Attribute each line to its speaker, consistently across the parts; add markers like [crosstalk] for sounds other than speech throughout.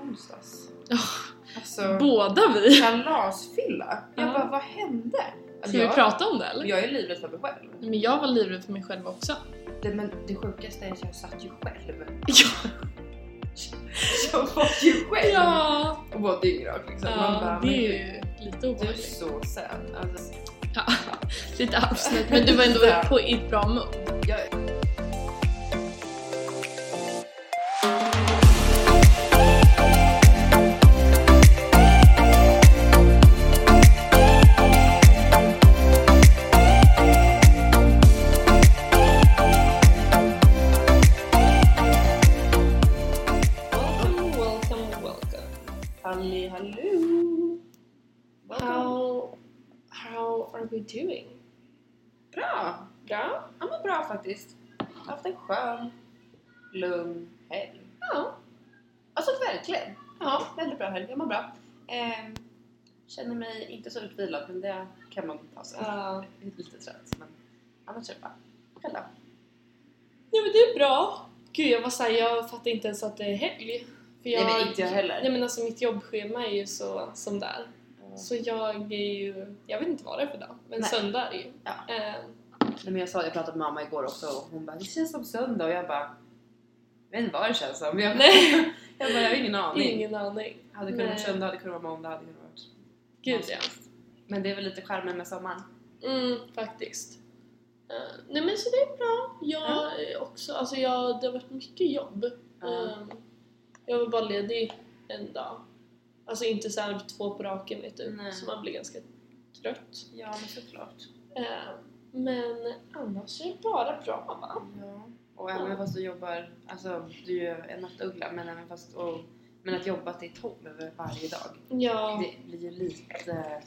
Speaker 1: onsdags.
Speaker 2: Ja.
Speaker 1: Alltså,
Speaker 2: Båda vi!
Speaker 1: kalasfylla. Jag
Speaker 2: Ja.
Speaker 1: bara, vad hände? Alltså,
Speaker 2: Ska vi prata om det eller?
Speaker 1: jag är livrädd för mig själv.
Speaker 2: Men jag var livrädd för mig själv också.
Speaker 1: Det, men det sjukaste är att jag satt ju själv.
Speaker 2: Ja.
Speaker 1: [laughs] Jag var ju själv!
Speaker 2: Ja,
Speaker 1: Och var dyngrak liksom. Man bara,
Speaker 2: ja
Speaker 1: men
Speaker 2: det är ju lite
Speaker 1: Du är
Speaker 2: obehagligt.
Speaker 1: så sen. Alltså,
Speaker 2: Ja, lite abstinent men du var ändå
Speaker 1: Ja.
Speaker 2: på i ett bra mood.
Speaker 1: jag,
Speaker 2: Welcome, welcome, welcome.
Speaker 1: halli hallå! Welcome.
Speaker 2: How, how are we doing?
Speaker 1: Bra!
Speaker 2: Bra?
Speaker 1: Ja men bra faktiskt. Jag har haft en skön, lugn helg.
Speaker 2: Ja.
Speaker 1: Alltså verkligen.
Speaker 2: Ja.
Speaker 1: Väldigt bra helg, jag mår bra. Ehm, känner mig inte så utvilad men det kan man ta sig.
Speaker 2: Ja.
Speaker 1: Jag är lite trött men annars är det bra. Själv då?
Speaker 2: Nej men det är bra. Gud jag var såhär, jag fattar inte ens att det är helg. För
Speaker 1: Nej, men inte jag heller.
Speaker 2: Nej men alltså mitt jobbschema är ju så som det är. Så jag är ju, jag vet inte vad det är för dag, men
Speaker 1: Nej.
Speaker 2: söndag är det ju.
Speaker 1: Ja.
Speaker 2: Eh,
Speaker 1: Nej, men jag sa, jag pratade med mamma igår också och hon bara det känns som söndag och jag bara jag vet inte vad det känns som. Jag,
Speaker 2: Nej.
Speaker 1: [laughs] jag bara jag har ingen aning.
Speaker 2: ingen aning.
Speaker 1: Hade kunnat vara
Speaker 2: Nej.
Speaker 1: söndag, hade kunnat vara måndag, hade kunnat vara
Speaker 2: Gud
Speaker 1: vad som
Speaker 2: ja.
Speaker 1: helst. Men det är väl lite charmen med sommaren.
Speaker 2: Mm, faktiskt. Eh, nej men så det är bra. Jag är också, alltså jag, det har varit mycket jobb.
Speaker 1: Ja.
Speaker 2: Eh, jag var bara ledig en dag. Alltså inte såhär två på raken vet du,
Speaker 1: Nej.
Speaker 2: så man blir ganska trött.
Speaker 1: Ja men såklart.
Speaker 2: Eh, men annars är det bara bra va?
Speaker 1: Ja. Och även fast du jobbar, alltså du är ju en nattuggla men även fast och, men att jobba till tolv varje dag
Speaker 2: Ja,
Speaker 1: det blir ju lite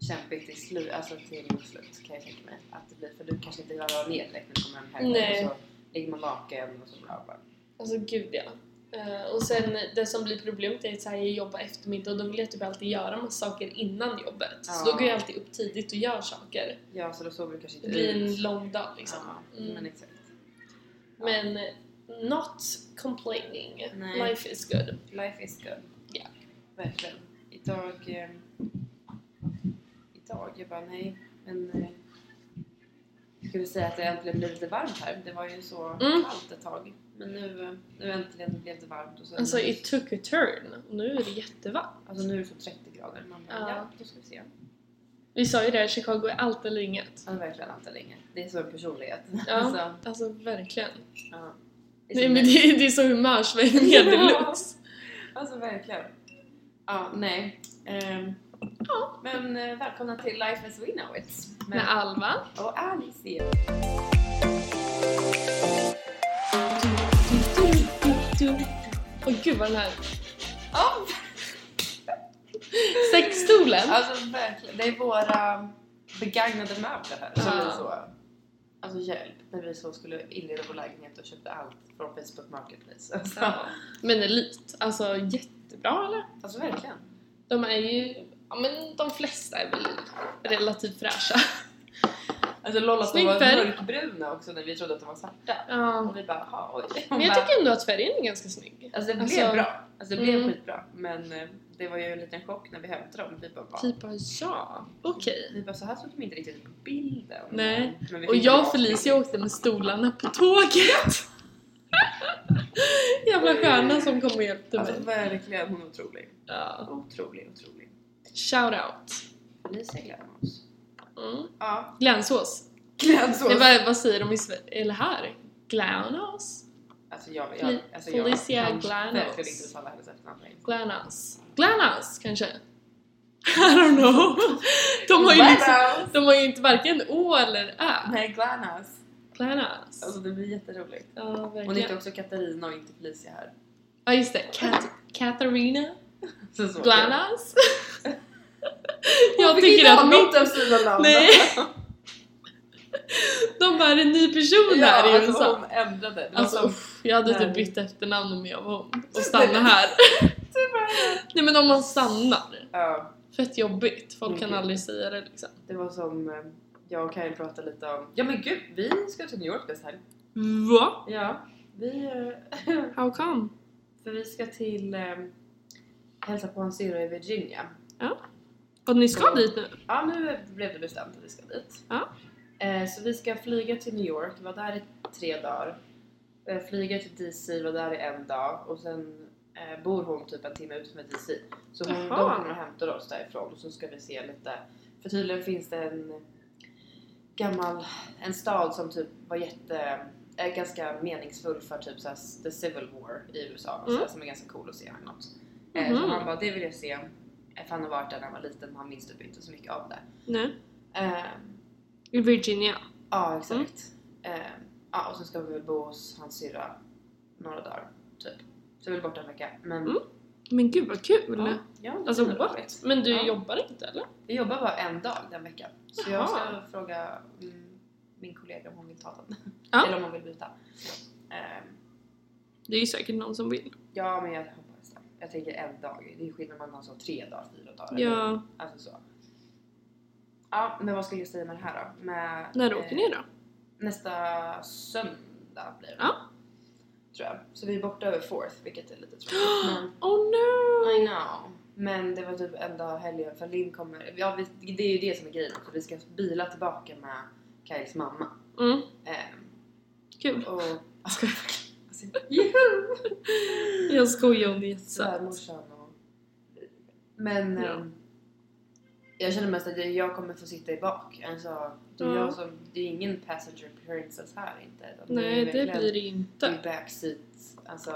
Speaker 1: kämpigt i slut, alltså till slut kan jag tänka mig att det blir för du kanske inte klarar av ner direkt när du kommer hem heller.
Speaker 2: Nej.
Speaker 1: och så ligger man vaken och så bla bla.
Speaker 2: alltså gud ja. Eh, och sen det som blir problemet är att så här, jag jobbar eftermiddag och då vill jag typ alltid göra massa saker innan jobbet. Så
Speaker 1: Ja.
Speaker 2: då går jag alltid upp tidigt och gör saker.
Speaker 1: Ja så då sover du kanske inte
Speaker 2: Det blir
Speaker 1: ut.
Speaker 2: en lång dag liksom.
Speaker 1: Ja,
Speaker 2: Mm.
Speaker 1: men exakt. Ja.
Speaker 2: Men eh, not complaining.
Speaker 1: Nej.
Speaker 2: Life is good.
Speaker 1: Life is good.
Speaker 2: Ja.
Speaker 1: Verkligen. Idag... Eh, idag, jag bara nej. Men... Eh, jag skulle säga att det äntligen blev lite varmt här. Det var ju så
Speaker 2: Mm.
Speaker 1: kallt ett tag. Men nu, eh, nu äntligen blev det varmt. Och så
Speaker 2: Alltså
Speaker 1: nu,
Speaker 2: it took a turn och nu är det jättevarmt.
Speaker 1: alltså nu är det så 30 grader. Man bara,
Speaker 2: Ja.
Speaker 1: ja. då ska vi se.
Speaker 2: Vi sa ju det, här, Chicago är allt eller inget.
Speaker 1: Ja, verkligen inte länge. Det är så en personlighet. [laughs]
Speaker 2: Ja.
Speaker 1: Alltså,
Speaker 2: Alltså verkligen.
Speaker 1: ja. Alltså, Det är så
Speaker 2: Nej men
Speaker 1: nice.
Speaker 2: det, är- det är så
Speaker 1: [laughs]
Speaker 2: humörsvängningar
Speaker 1: Ja.
Speaker 2: deluxe.
Speaker 1: Alltså verkligen. Ja, nej. Ehm, ja, men eh, välkomna till Life as we know it. Men-
Speaker 2: Med Alva.
Speaker 1: och Alice.
Speaker 2: Åh gud vad den här
Speaker 1: Ja,
Speaker 2: sexstolen.
Speaker 1: alltså verkligen. Det är våra begagnade möbler här som
Speaker 2: Ja.
Speaker 1: vi så... Alltså hjälp, när vi så skulle inreda vår lägenhet och köpte allt från Facebook Marketplace. Alltså,
Speaker 2: Men elit. Alltså jättebra eller?
Speaker 1: alltså verkligen.
Speaker 2: De är ju, ja men de flesta är väl relativt fräscha.
Speaker 1: Alltså Lolla att de
Speaker 2: Snygg
Speaker 1: var
Speaker 2: färg.
Speaker 1: mörkbruna också när vi trodde att de var svarta.
Speaker 2: Ja.
Speaker 1: Och vi bara, jaha oj. Hon
Speaker 2: Men jag
Speaker 1: bara,
Speaker 2: tycker ändå att färgen är ganska snygg.
Speaker 1: Alltså det blev
Speaker 2: Alltså-
Speaker 1: bra. Alltså det blev
Speaker 2: Mm.
Speaker 1: skitbra. Men eh, det var ju en liten chock när vi hämtade dem. Vi bara, va?
Speaker 2: Typ bara ja, okej.
Speaker 1: Vi bara, så här såg de inte riktigt på bilden.
Speaker 2: Nej.
Speaker 1: Men vi
Speaker 2: Och
Speaker 1: fick
Speaker 2: jag
Speaker 1: bra
Speaker 2: och Felicia åkte med stolarna på tåget. [laughs] Jävla stjärna som kom och hjälpte
Speaker 1: Alltså
Speaker 2: mig.
Speaker 1: verkligen, hon är otrolig.
Speaker 2: Ja.
Speaker 1: Otrolig, otrolig.
Speaker 2: Shout out.
Speaker 1: Felicia Glamous.
Speaker 2: Mm.
Speaker 1: Ja,
Speaker 2: Glänsås.
Speaker 1: klädsås.
Speaker 2: Nej, vad, vad säger de i Sverige? Eller här? Glänås?
Speaker 1: Alltså jag, jag,
Speaker 2: Fel-
Speaker 1: alltså jag
Speaker 2: Felicia
Speaker 1: kan
Speaker 2: Glamous.
Speaker 1: verkligen inte uttala hennes efternamn längre.
Speaker 2: Glänås. Glänås kanske? [laughs] I don't know. De har ju, liksom,
Speaker 1: Glamous.
Speaker 2: de har ju inte varken å eller ä.
Speaker 1: Nej, Glamous. Alltså
Speaker 2: Glänås.
Speaker 1: det blir jätteroligt.
Speaker 2: Ja,
Speaker 1: Hon heter
Speaker 2: verkligen.
Speaker 1: också Katarina och inte Felicia här.
Speaker 2: Ja, just det. Kat- Katarina.
Speaker 1: Så så
Speaker 2: Glanas.
Speaker 1: Hon
Speaker 2: jag
Speaker 1: fick
Speaker 2: tycker
Speaker 1: inte
Speaker 2: att
Speaker 1: ha
Speaker 2: mitt...
Speaker 1: något av sina namn. [laughs]
Speaker 2: Nej. De bara, är det en ny person där i
Speaker 1: alltså,
Speaker 2: USA?
Speaker 1: hon ändrade. Det var
Speaker 2: Alltså
Speaker 1: som-
Speaker 2: uff, jag hade
Speaker 1: Nej.
Speaker 2: typ bytt efternamn om jag var hon och stanna här. [laughs] Nej men om man stannar.
Speaker 1: Ja.
Speaker 2: Fett jobbigt. Folk kan
Speaker 1: Mm.
Speaker 2: aldrig säga det liksom.
Speaker 1: Det var som eh, jag och Karin pratade lite om. Ja men gud, vi ska till New York nästa helg.
Speaker 2: Va?
Speaker 1: Ja, vi... eh,
Speaker 2: How come?
Speaker 1: För vi ska till... eh, hälsade på en syrra i Virginia.
Speaker 2: Och ni ska dit nu?
Speaker 1: Ja, nu blev det bestämt att vi ska dit.
Speaker 2: Ja.
Speaker 1: Eh, så vi ska flyga till New York, vara där i tre dagar. Eh, flyga till DC, vara där i en dag och sen eh, bor hon typ en timme utanför DC. Så hon, de
Speaker 2: Jaha.
Speaker 1: kommer och hämtar oss därifrån och så ska vi se lite. För tydligen finns det en gammal, en stad som typ var jätte, är ganska meningsfull för typ såhär, the civil war i USA. och sådär,
Speaker 2: Mm.
Speaker 1: som är ganska cool att se eller något. Eh, Så
Speaker 2: Mhm.
Speaker 1: han bara, det vill jag se. Eh, För han har varit där när han var liten men han minns typ inte så mycket av det.
Speaker 2: Nej.
Speaker 1: Eh,
Speaker 2: I Virginia.
Speaker 1: Ja, exakt.
Speaker 2: Mm.
Speaker 1: Eh, ja, och så ska vi bo hos hans syrra några dagar, typ. Så vi är borta en vecka. Men,
Speaker 2: Mm. Men gud vad kul!
Speaker 1: ja, ja, det
Speaker 2: Alltså
Speaker 1: blir
Speaker 2: what?
Speaker 1: roligt.
Speaker 2: Men du
Speaker 1: Ja.
Speaker 2: jobbar inte eller?
Speaker 1: Vi jobbar bara en dag den veckan. Så jag ska
Speaker 2: Jaha.
Speaker 1: fråga mm, min kollega om hon vill ta den.
Speaker 2: Ja.
Speaker 1: Eller om hon vill byta. Eh,
Speaker 2: Det är ju säkert någon som vill.
Speaker 1: ja, men jag hoppas det. Jag tänker en dag. Det är skillnad om man har så tre dagar, fyra dagar.
Speaker 2: Ja,
Speaker 1: Alltså så. Ja, men vad skulle jag säga med det här då? Med,
Speaker 2: när
Speaker 1: eh,
Speaker 2: åker ni då?
Speaker 1: Nästa söndag blir det.
Speaker 2: Ja.
Speaker 1: Tror jag. Så vi är borta över fourth, vilket är lite
Speaker 2: [gasps]
Speaker 1: tråkigt. Men,
Speaker 2: Oh no!
Speaker 1: I know. Men det var typ enda helgen för Linn kommer... Ja, vi, det är ju det som är grejen också. Vi ska bila tillbaka med Kyles mamma.
Speaker 2: Mm,
Speaker 1: Ehm,
Speaker 2: kul.
Speaker 1: och... Alltså, juhu!
Speaker 2: [laughs] Jag skojar om det är jättesött.
Speaker 1: Svärmorsan och... Men...
Speaker 2: Ja.
Speaker 1: ehm, jag känner mest att jag- jag kommer få sitta i bak. Alltså, det, är
Speaker 2: Ja.
Speaker 1: jag som, det är ingen passenger appearances här inte. utan är
Speaker 2: Nej, det
Speaker 1: verkligen-
Speaker 2: blir det
Speaker 1: i
Speaker 2: inte.
Speaker 1: backseat, alltså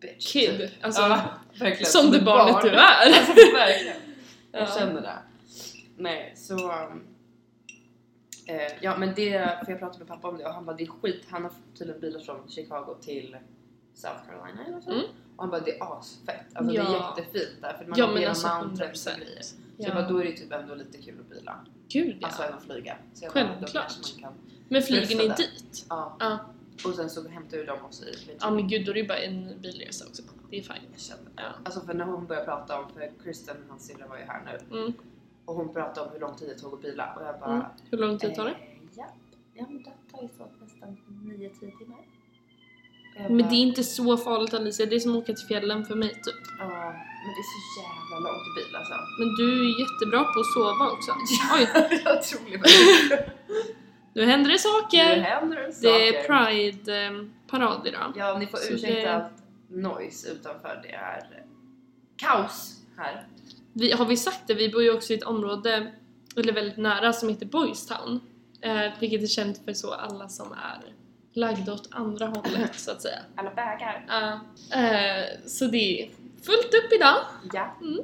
Speaker 1: bitch.
Speaker 2: Kid, alltså.
Speaker 1: ja, verkligen.
Speaker 2: Som det
Speaker 1: ett [laughs]
Speaker 2: barnet
Speaker 1: barn.
Speaker 2: du är! [laughs]
Speaker 1: Alltså, verkligen. [laughs] Jag
Speaker 2: Ja.
Speaker 1: känner det. Nej, så... um, Eh, ja, men det... För jag pratade med pappa om det och han bara det är skit. Han har tydligen bilar från Chicago till South Carolina eller så.
Speaker 2: Mm.
Speaker 1: Och han bara det är asfett. Alltså det
Speaker 2: Ja.
Speaker 1: är jättefint där för man
Speaker 2: Ja
Speaker 1: har
Speaker 2: men
Speaker 1: hela
Speaker 2: alltså
Speaker 1: mountains och
Speaker 2: 100%.
Speaker 1: grejer. Så jag bara
Speaker 2: Ja.
Speaker 1: då är det typ ändå lite kul att bila.
Speaker 2: Gud ja.
Speaker 1: Alltså även att flyga. Så jag bara, då kanske man
Speaker 2: Självklart.
Speaker 1: kan-
Speaker 2: Men flyger ni
Speaker 1: Stressade.
Speaker 2: dit?
Speaker 1: Ja.
Speaker 2: Ja.
Speaker 1: Och sen så hämtar vi dem också i Virginia.
Speaker 2: Ja men gud, då är det ju bara en bilresa också. Det är fine.
Speaker 1: Jag känner det.
Speaker 2: Ja.
Speaker 1: Alltså för när hon började prata om, för Kristen, hans syrra var ju här nu
Speaker 2: Mm.
Speaker 1: och hon pratade om hur lång tid det tog att bila och jag bara...
Speaker 2: Mm. Hur lång tid tar det?
Speaker 1: Eh, ja. ja, men det tar ju så nästan 9-10 timmar. Och jag
Speaker 2: Men
Speaker 1: bara,
Speaker 2: det är inte så farligt Alicia, det är som att åka till fjällen för mig typ.
Speaker 1: Ja, men det är så jävla långt i bil alltså. [laughs]
Speaker 2: Men du är jättebra på att sova också. Oj,
Speaker 1: jag tror det.
Speaker 2: [laughs] nu händer det
Speaker 1: Nu
Speaker 2: saker!
Speaker 1: händer det saker.
Speaker 2: Det är Pride-parad idag.
Speaker 1: Ja, ni får
Speaker 2: Så
Speaker 1: ursäkta
Speaker 2: det-
Speaker 1: allt noise utanför. Det är kaos här.
Speaker 2: Vi, har vi sagt det? Vi bor ju också i ett område, eller väldigt nära, som heter Boys Town. Eh, vilket är känt för så alla som är lagda åt andra hållet så att säga.
Speaker 1: Alla bögar.
Speaker 2: Ja. eh, så det är fullt upp idag.
Speaker 1: Ja.
Speaker 2: Mm.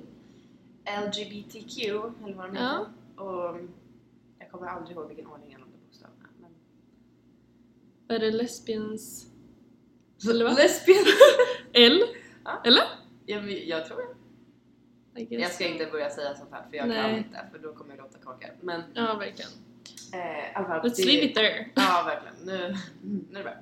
Speaker 1: LGBTQ eller vad de
Speaker 2: Ja.
Speaker 1: heter. Och mm, jag kommer aldrig ihåg vilken ordning eller om det är bokstäverna. Men...
Speaker 2: Är det lesbians? Eller vad?
Speaker 1: Lesbian! [laughs]
Speaker 2: L?
Speaker 1: Ja.
Speaker 2: Eller?
Speaker 1: ja, men jag tror det.
Speaker 2: I guess.
Speaker 1: Jag ska inte börja säga sånt här för jag kan
Speaker 2: Nej.
Speaker 1: inte för då kommer jag låta korkad. Men
Speaker 2: Ja, verkligen.
Speaker 1: eh, i alla fall.
Speaker 2: Let's
Speaker 1: det-
Speaker 2: leave it there.
Speaker 1: Ja, verkligen. Nu, [laughs] nu är det bra.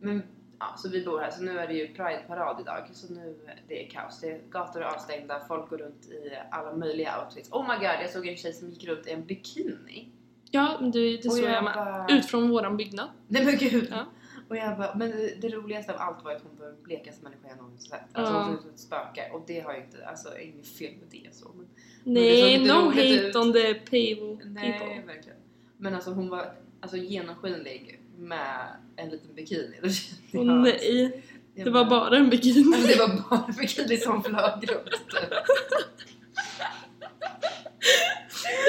Speaker 1: Men ja, så vi bor här så nu är det ju Pride-parad idag så nu det är kaos. Det är gator är avstängda, folk går runt i alla möjliga outfits. Oh my god, jag såg en tjej som gick runt i en bikini.
Speaker 2: Ja, men du, det
Speaker 1: Och
Speaker 2: såg jag med.
Speaker 1: bara-
Speaker 2: Ut från våran byggnad.
Speaker 1: Nej men gud!
Speaker 2: Ja.
Speaker 1: Och jag bara, men det roligaste av allt var att hon var den blekaste människan jag någonsin sett. Alltså
Speaker 2: Ja.
Speaker 1: hon såg ut som ett spöke och det har jag inte, alltså jag är inget fel med det så. Men,
Speaker 2: Nej,
Speaker 1: såg inte
Speaker 2: no hate
Speaker 1: roligt ut.
Speaker 2: on the people.
Speaker 1: nej, verkligen. Men alltså hon var alltså, genomskinlig med en liten bikini. Då kände
Speaker 2: Åh
Speaker 1: jag att-
Speaker 2: nej,
Speaker 1: jag
Speaker 2: det var bara en bikini. [laughs]
Speaker 1: Alltså, det var bara bikini som flög runt. typ.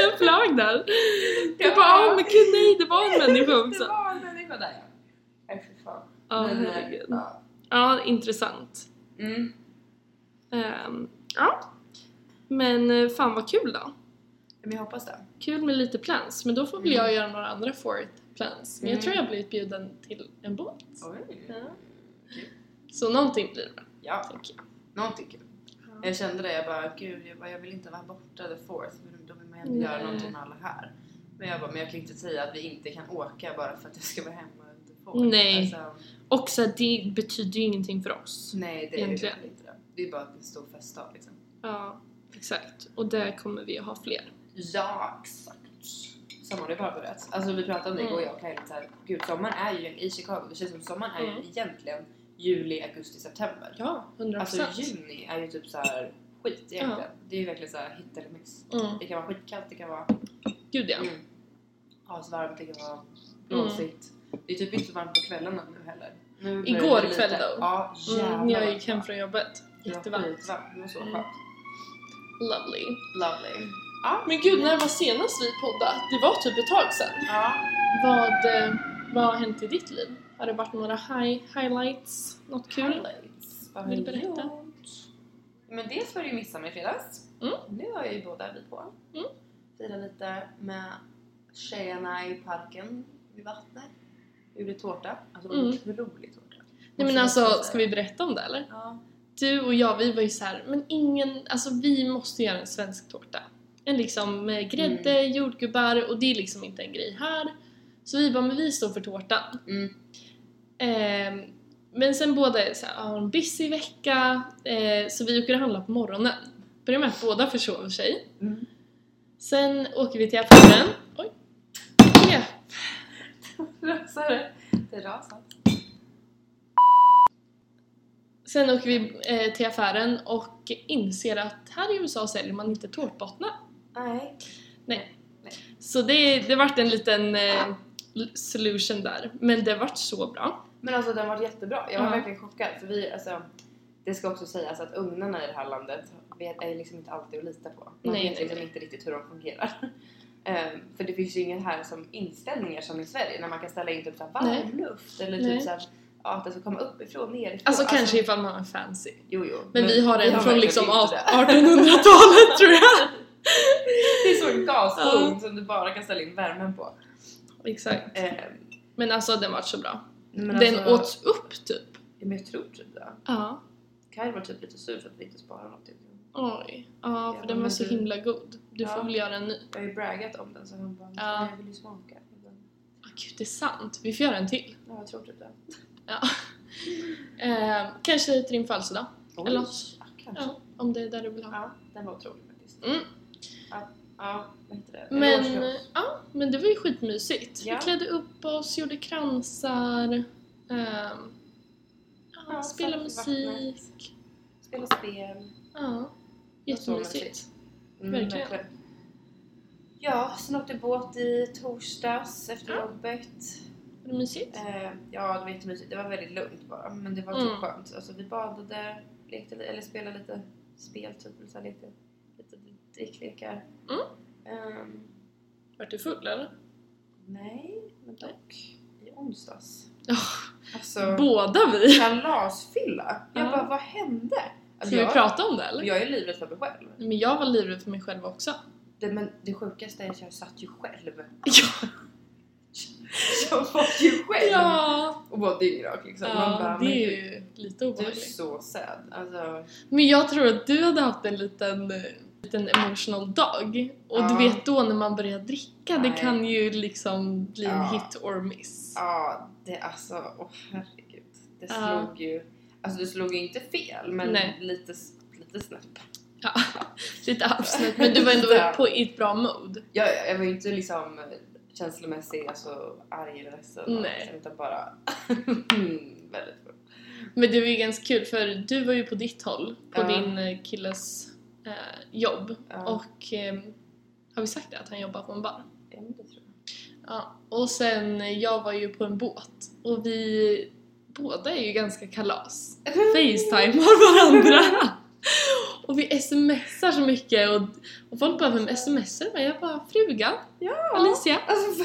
Speaker 2: Den flög där.
Speaker 1: Ja.
Speaker 2: Jag bara åh men gud nej, det var en människa
Speaker 1: [laughs] Det
Speaker 2: också.
Speaker 1: var en människa där ja. Nej fy fan.
Speaker 2: Ja,
Speaker 1: Men, eh,
Speaker 2: herregud.
Speaker 1: ja.
Speaker 2: Ja, intressant.
Speaker 1: Mm.
Speaker 2: Ehm, ja. Men eh, fan vad kul då.
Speaker 1: Men jag hoppas det.
Speaker 2: Kul med lite plans, men då får väl
Speaker 1: Mm.
Speaker 2: jag göra några andra fourth plans. Men jag
Speaker 1: Mm.
Speaker 2: tror jag har blivit bjuden till en båt.
Speaker 1: Oj.
Speaker 2: Ja.
Speaker 1: Kul.
Speaker 2: Så någonting blir det väl,
Speaker 1: Ja,
Speaker 2: tänker jag.
Speaker 1: någonting kul. Jag kände det, jag bara gud jag, bara, jag vill inte vara borta the fourth för då vill man ju ändå göra
Speaker 2: Nej.
Speaker 1: någonting med alla här. Men jag bara, men jag kan ju inte säga att vi inte kan åka bara för att jag ska vara hemma under fourth.
Speaker 2: Nej.
Speaker 1: Alltså,
Speaker 2: Och så här, det betyder ju ingenting för oss.
Speaker 1: nej det är ju
Speaker 2: Egentligen.
Speaker 1: inte det. Det är bara en stor festdag liksom.
Speaker 2: Ja, exakt. Och där kommer vi att ha fler.
Speaker 1: Ja, exakt. Sommaren är bara börjat. Alltså vi pratade om det
Speaker 2: Mm.
Speaker 1: igår jag och Kaeli såhär, gud sommaren är ju i Chicago, det känns som sommaren är ju
Speaker 2: Mm.
Speaker 1: egentligen juli, augusti, september.
Speaker 2: Ja, 100%.
Speaker 1: Alltså juni är ju typ så här skit egentligen. Det är ju verkligen såhär hit eller miss.
Speaker 2: Mm.
Speaker 1: Det kan vara skitkallt, det kan vara
Speaker 2: Gud ja.
Speaker 1: mm, asvarmt, det kan
Speaker 2: Mm.
Speaker 1: vara blåsigt. Det är typ inte så varmt på kvällarna nu heller. Nu börjar
Speaker 2: Igår
Speaker 1: det bli lite-
Speaker 2: kväll då?
Speaker 1: Ja, jävlar.
Speaker 2: Mm, när jag gick hem
Speaker 1: vad
Speaker 2: från jobbet.
Speaker 1: det var
Speaker 2: Jättevarmt.
Speaker 1: skitvarmt. Det var så
Speaker 2: Mm.
Speaker 1: skönt.
Speaker 2: Lovely.
Speaker 1: Lovely. Ja.
Speaker 2: Men gud, när var senast vi poddade? Det var typ ett tag sedan.
Speaker 1: ja.
Speaker 2: Vad, eh, vad har hänt i ditt liv? Har det varit några hi- highlights? Något kul?
Speaker 1: Highlights. Vad har
Speaker 2: Vill
Speaker 1: du
Speaker 2: du berätta?
Speaker 1: berätta? Men dels var det ju midsommar i fredags.
Speaker 2: Mm.
Speaker 1: Det var ju båda vi på.
Speaker 2: Mm.
Speaker 1: Firade lite med tjejerna i parken vid vattnet. Vi gjorde tårta. Alltså det var
Speaker 2: Mm.
Speaker 1: otrolig tårta.
Speaker 2: Nej men alltså, ska vi berätta om det eller?
Speaker 1: Ja. [laughs]
Speaker 2: Du och jag, vi var ju så här, men ingen, alltså vi måste göra en svensk tårta. En liksom med grädde,
Speaker 1: Mm.
Speaker 2: jordgubbar och det är liksom inte en grej här. Så vi bara, men vi står för tårtan.
Speaker 1: Mm.
Speaker 2: Ehm, men sen båda är så här, har en busy vecka, eh, så vi åker och handlar på morgonen. Börjar med att båda försover sig.
Speaker 1: Mm.
Speaker 2: Sen åker vi till affären. Oj! Ja.
Speaker 1: Rasade. Det rasade.
Speaker 2: Sen åker vi eh, till affären och inser att här i USA säljer man inte tårtbottnar.
Speaker 1: Nej.
Speaker 2: Så det, det vart en liten eh, l- solution där. Men det vart så bra.
Speaker 1: Men alltså den var jättebra. Jag var
Speaker 2: Ja.
Speaker 1: verkligen chockad. För vi, alltså, det ska också sägas att ugnarna i det här landet vet, är liksom inte alltid att lita på. Man
Speaker 2: Nej,
Speaker 1: vet
Speaker 2: nej,
Speaker 1: liksom
Speaker 2: nej.
Speaker 1: inte riktigt hur de fungerar. Ehm, för det finns ju inget här som inställningar som i Sverige när man kan ställa in typ såhär varm luft eller
Speaker 2: Nej.
Speaker 1: typ såhär ja, att det ska komma uppifrån, nerifrån.
Speaker 2: Alltså kanske ifall man är fancy.
Speaker 1: Jo, jo.
Speaker 2: Men, vi har en från
Speaker 1: verkligen
Speaker 2: liksom
Speaker 1: inte
Speaker 2: art-
Speaker 1: det. [laughs]
Speaker 2: 1800-talet tror jag.
Speaker 1: Det är så en gasugn
Speaker 2: Ja.
Speaker 1: som du bara kan ställa in värmen på.
Speaker 2: Exakt.
Speaker 1: Ehm,
Speaker 2: Men alltså den vart så bra.
Speaker 1: men
Speaker 2: den
Speaker 1: alltså,
Speaker 2: åts upp typ.
Speaker 1: Ja, men jag tror typ det.
Speaker 2: Ja.
Speaker 1: Kaj var typ lite sur för att vi inte sparade någonting.
Speaker 2: Oj. Ja, för
Speaker 1: Ja,
Speaker 2: den var
Speaker 1: men
Speaker 2: så
Speaker 1: du-
Speaker 2: himla god. Du
Speaker 1: Ja.
Speaker 2: får väl göra en ny.
Speaker 1: Jag har ju braggat om den så hon bara
Speaker 2: Ja.
Speaker 1: jag vill ju smaka. Jag bara,
Speaker 2: Åh gud, det är sant. Vi får göra en till.
Speaker 1: Ja, jag tror typ det.
Speaker 2: [laughs] Eh, kanske till din födelsedag. Eller något.
Speaker 1: ja, kanske. Ja.
Speaker 2: Ja, om det är där du vill ha.
Speaker 1: den var otrolig faktiskt.
Speaker 2: Mm.
Speaker 1: Ja, ja, vad heter det?
Speaker 2: Men,
Speaker 1: Eloge.
Speaker 2: ja, men det var ju skitmysigt.
Speaker 1: Ja.
Speaker 2: Vi klädde upp oss, gjorde kransar, ehm, ja,
Speaker 1: Ja,
Speaker 2: spelade
Speaker 1: satt i vattnet.
Speaker 2: musik.
Speaker 1: Spela spel.
Speaker 2: Ja,
Speaker 1: Jag såg
Speaker 2: jättemysigt.
Speaker 1: Mm,
Speaker 2: Verkligen.
Speaker 1: Ja, sen åkte båt i torsdags efter
Speaker 2: Ja.
Speaker 1: jobbet.
Speaker 2: Var det mysigt?
Speaker 1: Eh, ja, det var jättemysigt. Det var väldigt lugnt bara, men det var typ
Speaker 2: Mm.
Speaker 1: skönt. Alltså, vi badade, lekte li- eller spelade lite spel typ, eller så här, lekte lite dricklekar.
Speaker 2: Mm.
Speaker 1: Ehm,
Speaker 2: Vart du full eller?
Speaker 1: Nej, men dock i onsdags.
Speaker 2: Ja.
Speaker 1: Alltså,
Speaker 2: Båda vi!
Speaker 1: kalasfylla! Jag
Speaker 2: Ja.
Speaker 1: bara, vad hände? Alltså,
Speaker 2: Ska vi
Speaker 1: jag,
Speaker 2: prata om det eller?
Speaker 1: jag är livrädd för mig själv.
Speaker 2: Nej, Men jag var livrädd för mig själv också.
Speaker 1: Det, men det sjukaste är att jag satt ju själv.
Speaker 2: Ja,
Speaker 1: [laughs] Jag var ju själv!
Speaker 2: ja,
Speaker 1: Och var dyngrak liksom. Man bara,
Speaker 2: eh, det
Speaker 1: men
Speaker 2: är
Speaker 1: gud,
Speaker 2: ju lite
Speaker 1: Du är
Speaker 2: obehagligt.
Speaker 1: så sad. Alltså,
Speaker 2: Men jag tror att du hade haft en liten, eh, liten emotional dag. Och du
Speaker 1: Ja.
Speaker 2: vet då när man börjar dricka, det
Speaker 1: Nej.
Speaker 2: kan ju liksom bli en
Speaker 1: Ja.
Speaker 2: hit or miss.
Speaker 1: ja, det alltså, åh herregud. Det
Speaker 2: Ja.
Speaker 1: slog ju, alltså det slog ju inte fel men
Speaker 2: Nej.
Speaker 1: lite, s- lite snabbt.
Speaker 2: Lite absolut,
Speaker 1: [laughs]
Speaker 2: men du var ändå
Speaker 1: Ja.
Speaker 2: på, i ett bra mode.
Speaker 1: Jag, jag var ju inte liksom känslomässig, alltså arg eller ledsen.
Speaker 2: Nej.
Speaker 1: Liksom, utan bara [laughs] mm, väldigt full.
Speaker 2: Men det var ju ganska kul för du var ju på ditt håll, på
Speaker 1: Ja.
Speaker 2: din eh, killes eh, jobb.
Speaker 1: Ja,
Speaker 2: Och ehm, har vi sagt det, att han jobbar på en bar?
Speaker 1: ja, men det tror jag.
Speaker 2: Ja. Och sen, eh, jag var ju på en båt. Och vi båda är ju
Speaker 1: [laughs]
Speaker 2: ganska kalas. facetimar varandra. [laughs] Och vi smsar så mycket och, och folk bara vem smsar med? Jag bara frugan,
Speaker 1: Ja!
Speaker 2: Alicia.
Speaker 1: Alltså,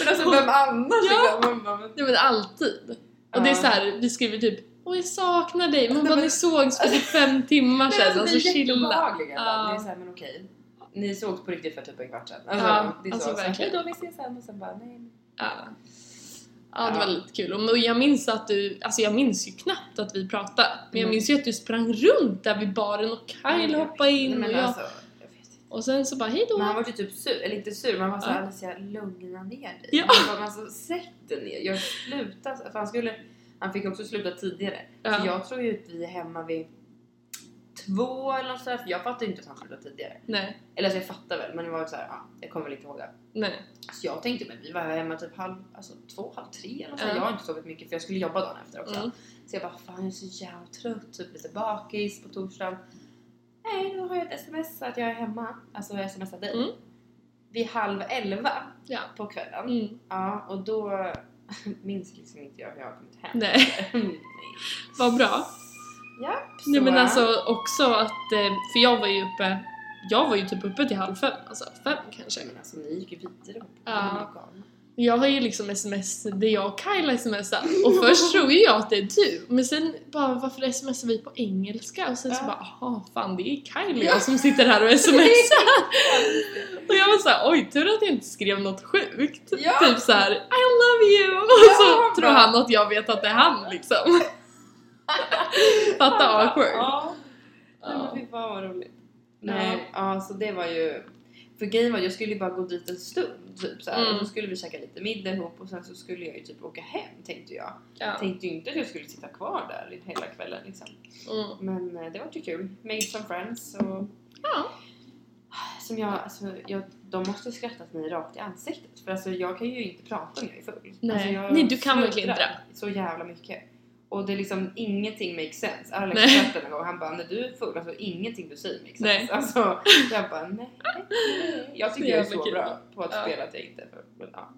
Speaker 1: men alltså vem annars
Speaker 2: Ja.
Speaker 1: liksom? Man bara, men-
Speaker 2: Nej men alltid. Och det
Speaker 1: Ja.
Speaker 2: är så här, vi skriver typ Åh jag saknar dig, man
Speaker 1: Nej,
Speaker 2: bara
Speaker 1: men-
Speaker 2: ni sågs för typ fem
Speaker 1: [laughs]
Speaker 2: timmar
Speaker 1: Nej,
Speaker 2: sedan, alltså
Speaker 1: det är
Speaker 2: chilla.
Speaker 1: jätteobehagliga
Speaker 2: Ja.
Speaker 1: ibland. Det är såhär, men okej. Ni sågs på riktigt för typ en kvart sedan. Alltså,
Speaker 2: Ja,
Speaker 1: det är
Speaker 2: alltså
Speaker 1: så. så här,
Speaker 2: verkligen.
Speaker 1: Hejdå, vi ses sen. Och sen bara, nej. men-
Speaker 2: Ja. ja det
Speaker 1: Ja.
Speaker 2: var lite kul och och jag minns att du, alltså jag minns ju knappt att vi pratade men jag
Speaker 1: Mm.
Speaker 2: minns ju att du sprang runt där vid baren och Kyle
Speaker 1: Nej, jag
Speaker 2: hoppade
Speaker 1: Nej,
Speaker 2: in och
Speaker 1: men
Speaker 2: jag
Speaker 1: alltså, jag vet inte.
Speaker 2: och sen så bara hejdå.
Speaker 1: Men han var ju typ sur, eller inte sur, men han var såhär,
Speaker 2: Ja.
Speaker 1: Alicia lugna ner dig.
Speaker 2: Ja.
Speaker 1: Han bara, men alltså sätt dig ner. Jag slutar. För han skulle, han fick också sluta tidigare.
Speaker 2: Ja.
Speaker 1: Så jag tror ju att vi är hemma vid två eller något sådär, för jag fattar ju inte att han slutade tidigare.
Speaker 2: Nej,
Speaker 1: Eller alltså jag fattar väl, men det var ju såhär, ja, jag kommer väl inte ihåg det.
Speaker 2: nej.
Speaker 1: Så jag tänkte, men vi var hemma typ halv, alltså två, halv tre eller något sådär.
Speaker 2: Ja.
Speaker 1: Jag har inte sovit mycket för jag skulle jobba dagen efter också.
Speaker 2: Mm.
Speaker 1: Så jag bara, fan jag är så jävla trött, typ lite bakis på torsdagen. Hej, nu har jag ett sms att jag är hemma. Alltså jag smsar dig.
Speaker 2: Mm.
Speaker 1: Vid halv elva
Speaker 2: Ja.
Speaker 1: på kvällen.
Speaker 2: Mm.
Speaker 1: Ja, och då [laughs] minns liksom inte jag hur jag har kommit hem.
Speaker 2: Nej, [laughs]
Speaker 1: Nej.
Speaker 2: vad bra.
Speaker 1: Ja,
Speaker 2: Nej men alltså också att, eh, för jag var ju uppe, jag var ju typ uppe till halv fem, alltså fem kanske.
Speaker 1: Men alltså ni gick ju vidare på
Speaker 2: Ja.
Speaker 1: dagen.
Speaker 2: Jag har ju liksom sms, det är jag och Kyle smsar
Speaker 1: [laughs]
Speaker 2: och först tror ju jag att det är du men sen bara varför smsar vi på engelska? Och sen så
Speaker 1: Ja.
Speaker 2: bara aha fan det är Kyle och jag som sitter
Speaker 1: [laughs]
Speaker 2: här och smsar och jag var såhär oj tur att jag inte skrev något sjukt
Speaker 1: Ja.
Speaker 2: typ
Speaker 1: [laughs]
Speaker 2: så här I love you och
Speaker 1: Ja,
Speaker 2: så tror
Speaker 1: bra.
Speaker 2: han att jag vet att det är
Speaker 1: [laughs]
Speaker 2: han liksom Fatta awkward!
Speaker 1: Ja. Nej men
Speaker 2: Ja.
Speaker 1: fy fan vad roligt. Nej, ja så det var ju... För grejen var att jag skulle ju bara gå dit en stund typ så här.
Speaker 2: Mm.
Speaker 1: och så skulle vi käka lite middag ihop och sen så skulle jag ju typ åka hem tänkte jag.
Speaker 2: Ja.
Speaker 1: Tänkte ju inte att jag skulle sitta kvar där hela kvällen liksom.
Speaker 2: Mm.
Speaker 1: Men eh, det var ju kul. Made some friends och...
Speaker 2: Ja.
Speaker 1: Som jag, alltså, jag, de måste skratta till mig rakt i ansiktet för alltså, jag kan ju inte prata om jag är full.
Speaker 2: Nej.
Speaker 1: alltså, jag
Speaker 2: Nej, du kan verkligen inte
Speaker 1: sluddrar Så jävla mycket. Och det är liksom ingenting makes sense. Alex
Speaker 2: Nej.
Speaker 1: skrattade en gång han bara när du är full, alltså ingenting du säger makes sense.
Speaker 2: Nej.
Speaker 1: Alltså, jag bara nej. nej." Jag tycker
Speaker 2: Så
Speaker 1: jag är
Speaker 2: jävla
Speaker 1: så
Speaker 2: kul.
Speaker 1: bra på att
Speaker 2: Ja.
Speaker 1: spela att jag inte är full. Men, ja.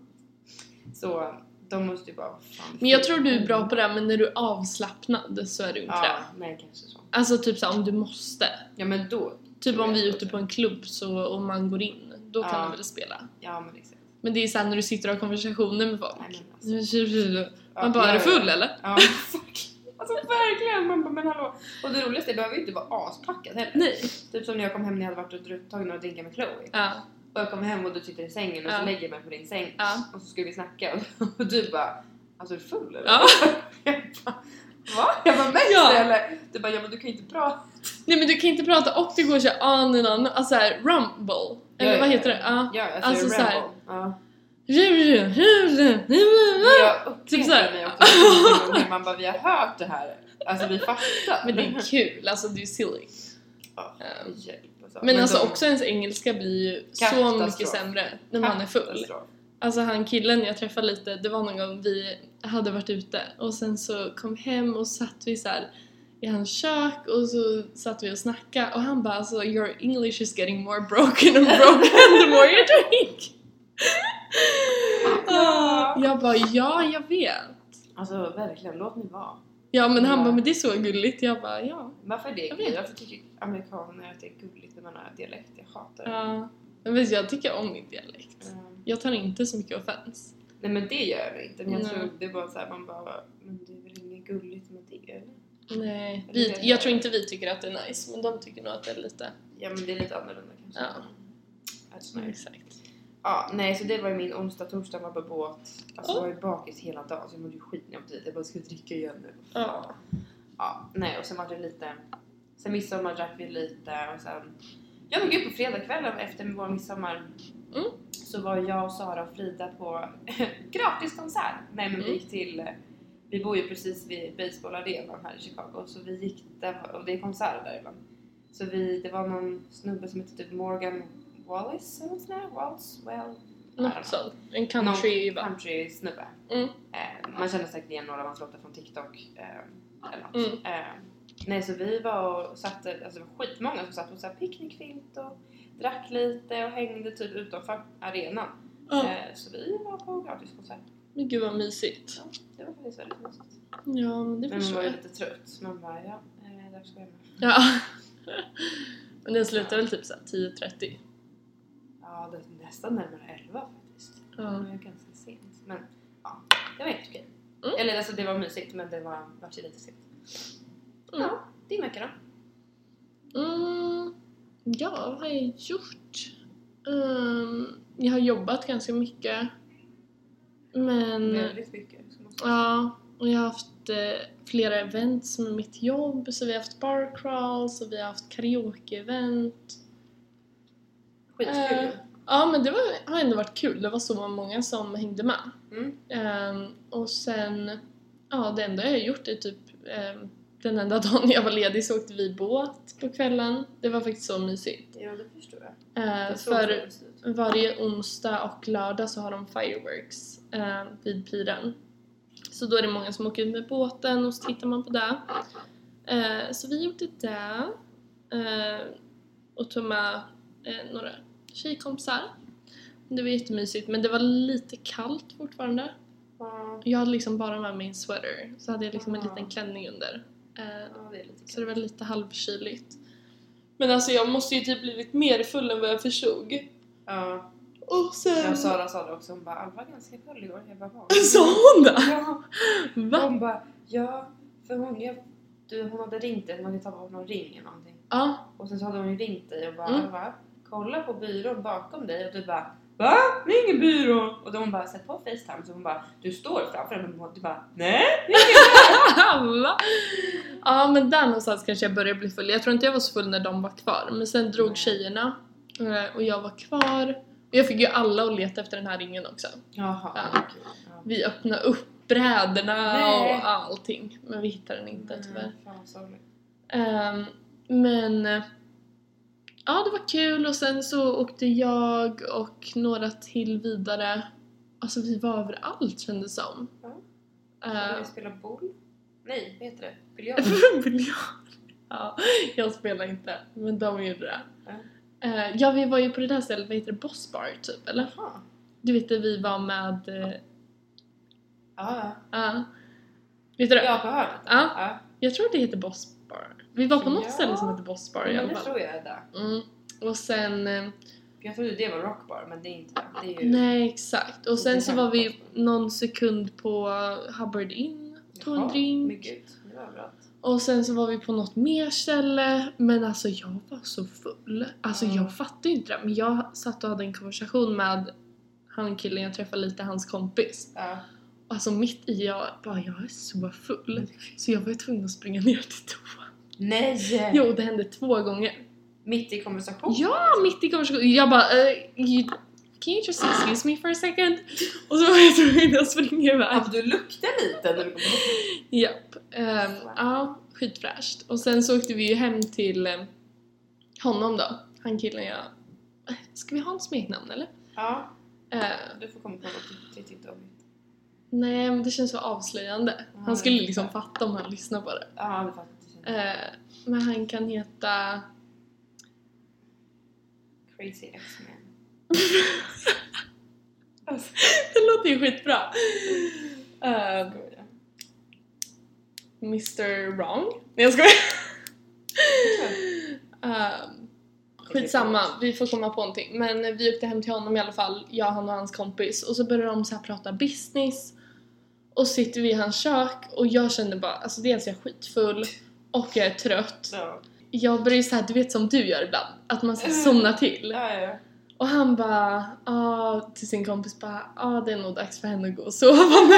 Speaker 1: Så de måste ju bara... "Vad fan,
Speaker 2: Men jag tror du är bra på det här, men när du är avslappnad så är du inte
Speaker 1: Ja,
Speaker 2: det.
Speaker 1: nej kanske så.
Speaker 2: Alltså typ såhär om du måste.
Speaker 1: Ja men då,
Speaker 2: Typ om vi är
Speaker 1: Jag
Speaker 2: ute på en klubb så och man går in, då kan
Speaker 1: Ja.
Speaker 2: du väl spela.
Speaker 1: ja men liksom. exakt.
Speaker 2: Men det är såhär när du sitter och har konversationer med folk.
Speaker 1: Nej, men alltså.
Speaker 2: Man
Speaker 1: Ja,
Speaker 2: bara,
Speaker 1: ja,
Speaker 2: är du
Speaker 1: ja.
Speaker 2: full eller?
Speaker 1: Ja, fuck. Alltså verkligen! Man bara, men hallå. Och det roligaste, det behöver ju inte vara aspackad heller.
Speaker 2: Nej.
Speaker 1: Typ som när jag kom hem när jag hade varit och druckit- tagit några drinkar med Chloe.
Speaker 2: Ja.
Speaker 1: Och jag kom hem och du sitter i sängen och så
Speaker 2: Ja.
Speaker 1: lägger jag mig på din säng.
Speaker 2: Ja.
Speaker 1: Och så skulle vi snacka [laughs] och du bara Alltså är du full eller?
Speaker 2: ja.
Speaker 1: Jag bara, Va? Jag bara mens
Speaker 2: Ja.
Speaker 1: eller? Du bara ja men du kan ju inte prata.
Speaker 2: Nej men du kan inte prata och det går såhär on and on, alltså såhär rumble. Eller
Speaker 1: ja,
Speaker 2: vad
Speaker 1: ja.
Speaker 2: heter det? Ja.
Speaker 1: Ja alltså,
Speaker 2: Alltså,
Speaker 1: alltså
Speaker 2: så här.
Speaker 1: rebel. Ja. Jag upplevde
Speaker 2: Typ så här.
Speaker 1: mig också när man bara vi har hört det här. Alltså vi fattar.
Speaker 2: Men det
Speaker 1: [laughs]
Speaker 2: är kul, alltså det är silly.
Speaker 1: Ja,
Speaker 2: Ehm,
Speaker 1: hjälp alltså.
Speaker 2: Men, alltså
Speaker 1: de-
Speaker 2: också ens engelska blir ju så
Speaker 1: Katastrof.
Speaker 2: mycket sämre när man är full.
Speaker 1: Katastrof.
Speaker 2: Alltså han killen jag träffade lite, det var någon gång vi hade varit ute och sen så kom vi hem och satt vi så här i hans kök och så satt vi och snackade och han bara alltså your English is getting more broken and broken the more you [laughs] drink. Ah.
Speaker 1: Ja.
Speaker 2: Jag bara ja, jag vet.
Speaker 1: Alltså verkligen, låt mig vara.
Speaker 2: Ja men han
Speaker 1: Ja.
Speaker 2: bara men det är så gulligt. Jag bara ja.
Speaker 1: Varför är det
Speaker 2: Jag vet.
Speaker 1: gulligt? Varför tycker amerikaner att det är gulligt när man har dialekt? Jag hatar det.
Speaker 2: ja. Men visst, jag tycker om min dialekt.
Speaker 1: Ehm,
Speaker 2: Jag tar inte så mycket offens.
Speaker 1: nej men det gör jag inte. Men jag
Speaker 2: Nej.
Speaker 1: tror det är bara såhär man bara, men det är väl inget gulligt med det eller?
Speaker 2: Nej,
Speaker 1: Men
Speaker 2: vi,
Speaker 1: det-
Speaker 2: jag tror inte vi tycker att det är nice men de tycker nog att det är lite,
Speaker 1: Ja men det är lite annorlunda kanske.
Speaker 2: Ja.
Speaker 1: That's nice.
Speaker 2: exakt.
Speaker 1: Ja, nej så det var ju min onsdag, torsdag var på båt. Alltså
Speaker 2: Ja.
Speaker 1: jag var ju bakis hela dagen så jag mådde ju skitjobbigt. Jag bara, ska jag dricka igen nu?
Speaker 2: Ja.
Speaker 1: Ja, nej och sen var det lite, sen midsommar drack vi lite och sen, ja men gud på fredagskvällen efter vår midsommar
Speaker 2: Mm.
Speaker 1: så var jag och Sara och Frida på [laughs] gratis konsert. Nej men vi
Speaker 2: Mm.
Speaker 1: gick till, vi bor ju precis vid baseballarenan här i Chicago så vi gick där och det är konserter där ibland. Så vi, det var någon snubbe som hette typ Morgan Wallace eller något sånt där, Walls, well,
Speaker 2: Något sånt. En country va?
Speaker 1: country snubbe.
Speaker 2: Mm.
Speaker 1: Eh, man känner säkert igen några av hans låtar från TikTok. Eh, eller något.
Speaker 2: Mm.
Speaker 1: Eh, nej, så vi var och satte, alltså det var skitmånga som satt på så här picknickfilt och drack lite och hängde typ utanför arenan.
Speaker 2: Ja.
Speaker 1: Eh, så vi var på gratiskonsert.
Speaker 2: Men gud vad mysigt.
Speaker 1: Det var faktiskt väldigt mysigt.
Speaker 2: Ja, men det
Speaker 1: Men man
Speaker 2: förstår
Speaker 1: var ju
Speaker 2: jag.
Speaker 1: lite trött så man bara ja, eh, där ska jag med.
Speaker 2: Ja. [laughs] Men den slutar väl typ såhär 10.30?
Speaker 1: Ja, det är nästan närmare 11 faktiskt. Det
Speaker 2: Ja.
Speaker 1: var ju ganska sent. Men ja, det var helt okej.
Speaker 2: Mm.
Speaker 1: Eller alltså det var mysigt men det var, var ju lite sent.
Speaker 2: Mm.
Speaker 1: Ja, din vecka då?
Speaker 2: Mm, ja, vad har jag gjort? Um, jag har jobbat ganska mycket. Men...
Speaker 1: Väldigt mycket. som måste-
Speaker 2: Mm. Ja, och jag har haft eh, flera events med mitt jobb, så vi har haft bar crawls och vi har haft karaoke-event.
Speaker 1: Skitkul
Speaker 2: Ja, men det var, har ändå varit kul. Det var så många som hängde med.
Speaker 1: ju. Mm.
Speaker 2: Ehm, och sen, ja, det enda jag har gjort är typ ehm, den enda [laughs] dagen jag var ledig så åkte vi båt på kvällen. Det var faktiskt så mysigt.
Speaker 1: Ja, det förstår jag.
Speaker 2: Ehm,
Speaker 1: Det såg
Speaker 2: för
Speaker 1: fint ut.
Speaker 2: varje onsdag och lördag så har de fireworks eh, vid piren. Så då är det Ehm, många som åker ut med båten och så tittar man på det. Eh, så vi gjorde det. eh, och tog med eh, några tjejkompisar. Det var jättemysigt men det var lite kallt fortfarande.
Speaker 1: Ja,
Speaker 2: Jag hade liksom bara med mig en sweater så hade jag liksom en
Speaker 1: Ah.
Speaker 2: liten klänning under. Eh,
Speaker 1: det är lite
Speaker 2: så det var lite halvkyligt. Men alltså jag måste ju typ blivit mer full än vad jag förstod.
Speaker 1: Ja,
Speaker 2: Och sen...
Speaker 1: jag och Sara sa det också, hon bara “Alva var ganska full igår”. Jag bara “Va?”
Speaker 2: [laughs] Sa hon det?
Speaker 1: Ja,
Speaker 2: Va?
Speaker 1: hon bara “Ja, för hon, jag, du, hon hade ringt dig, man kan ta på någon ring eller någonting”.
Speaker 2: Ja.
Speaker 1: Och sen så hade hon ju ringt dig och bara
Speaker 2: Mm.
Speaker 1: Alva, kolla på byrån bakom dig och du bara VA? Det är ingen byrå! Och då hon bara sätt på facetime så hon bara du står framför den och du bara nej!
Speaker 2: Va? Ja men där någonstans kanske jag började bli full. Jag tror inte jag var så full när de var kvar. Men sen drog
Speaker 1: Nej.
Speaker 2: tjejerna eh, och jag var kvar. Och jag fick ju alla att leta efter den här ringen också.
Speaker 1: Jaha,
Speaker 2: Ja.
Speaker 1: okej. Ja.
Speaker 2: Vi öppnade upp brädorna
Speaker 1: Nej.
Speaker 2: och allting. Men vi hittade den inte tyvärr.
Speaker 1: Mm, fan, sorry.
Speaker 2: Ehm, men eh, ja, det var kul och sen så åkte jag och några till vidare. Alltså vi var överallt kändes som.
Speaker 1: Ja. Ska
Speaker 2: Ehm,
Speaker 1: vi spela boll? Nej, vad heter det?
Speaker 2: [laughs]
Speaker 1: Biljard?
Speaker 2: Biljard. Ja, jag spelar inte, men de gjorde det.
Speaker 1: Ja.
Speaker 2: Eh, ja, vi var ju på det där stället, vad heter det, Boss Bar typ, eller?
Speaker 1: Jaha.
Speaker 2: Du vet där vi var med... eh,
Speaker 1: Ja,
Speaker 2: Ja. vet du
Speaker 1: ja.
Speaker 2: det?
Speaker 1: Ja, på hörnet.
Speaker 2: Ja,
Speaker 1: Ja,
Speaker 2: jag tror det heter Boss Bar. Vi var på något
Speaker 1: Ja.
Speaker 2: ställe som heter Boss Bar i
Speaker 1: men
Speaker 2: alla
Speaker 1: det
Speaker 2: fall.
Speaker 1: tror jag är det.
Speaker 2: Mm. Och sen... eh,
Speaker 1: För Jag trodde det var rockbar men det är inte det. Det är ju...
Speaker 2: Nej, exakt. Och
Speaker 1: Det är
Speaker 2: sen så var vi
Speaker 1: hemskt.
Speaker 2: någon sekund på Hubbard Inn, tog en
Speaker 1: Jaha,
Speaker 2: drink.
Speaker 1: Men gud, det var bra.
Speaker 2: Och sen så var vi på något mer ställe, men alltså jag var så full. Alltså
Speaker 1: Ja.
Speaker 2: jag fattade ju inte det, men jag satt och hade en konversation med han killen jag träffade lite, hans kompis.
Speaker 1: Ja.
Speaker 2: Alltså mitt i jag bara, jag är så full. Så jag var ju tvungen att springa ner till toa.
Speaker 1: Nej!
Speaker 2: Jo, det hände två gånger.
Speaker 1: Mitt i konversation?
Speaker 2: Ja, mitt i konversationen. Jag bara, eh, you, can you just excuse me for a second? Och så var jag tvungen att springa iväg.
Speaker 1: Hade du luktat lite när du kom upp?
Speaker 2: Japp. ehm, ja, skitfräscht. Och sen så åkte vi ju hem till eh, honom då. Han killen jag... Ska vi ha en smeknamn eller?
Speaker 1: Ja.
Speaker 2: Eh,
Speaker 1: Du får komma på något du tyckte om.
Speaker 2: nej, men det känns så avslöjande. Han skulle liksom fatta om han lyssnar på det.
Speaker 1: Ja, det fattar inte.
Speaker 2: Eh, men han kan heta...
Speaker 1: Crazy X-Men.
Speaker 2: [laughs] det låter ju skitbra! Eh,
Speaker 1: Skoja.
Speaker 2: Mr Wrong. Nej, jag skojar! Ehm, Skitsamma, vi får komma på någonting. Men vi åkte hem till honom i alla fall, jag, han och hans kompis. Och så började de så här prata business. Och sitter vi i hans kök och jag kände bara, alltså dels är jag skitfull och jag är trött.
Speaker 1: Ja,
Speaker 2: Jag börjar ju såhär, du vet som du gör ibland, att man ska
Speaker 1: Mm.
Speaker 2: somna till.
Speaker 1: ja, ja.
Speaker 2: Och han bara, ah, till sin kompis bara, ah det är nog dags för henne att gå och sova nu.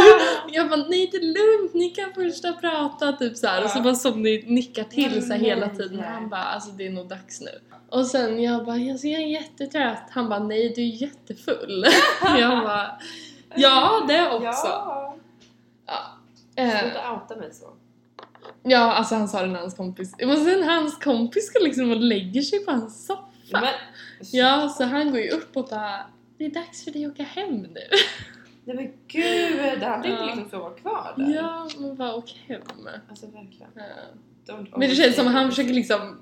Speaker 2: Jag bara, nej det är lugnt, ni kan första prata typ så här. Och så
Speaker 1: Ja.
Speaker 2: bara som ni nickar till
Speaker 1: Men
Speaker 2: så här hela
Speaker 1: nej.
Speaker 2: tiden. Och han bara, alltså det är nog dags nu. Och sen jag bara, alltså, jag är jättetrött. Han bara, nej du är jättefull. [laughs] jag bara, ja det också. Ja.
Speaker 1: [laughs] Ja.
Speaker 2: Eh,
Speaker 1: Sluta outa mig så.
Speaker 2: ja, alltså han sa det när hans kompis, och sen hans kompis ska liksom och lägger sig på hans soffa.
Speaker 1: Men,
Speaker 2: Ja, så han går ju upp och bara, det är dags för dig att åka hem nu.
Speaker 1: Nej men gud, han tänkte
Speaker 2: Ja.
Speaker 1: liksom sova kvar där.
Speaker 2: Ja, men bara åk hem.
Speaker 1: Alltså verkligen.
Speaker 2: Eh,
Speaker 1: Don't
Speaker 2: Men det känns som att han
Speaker 1: overthink.
Speaker 2: försöker liksom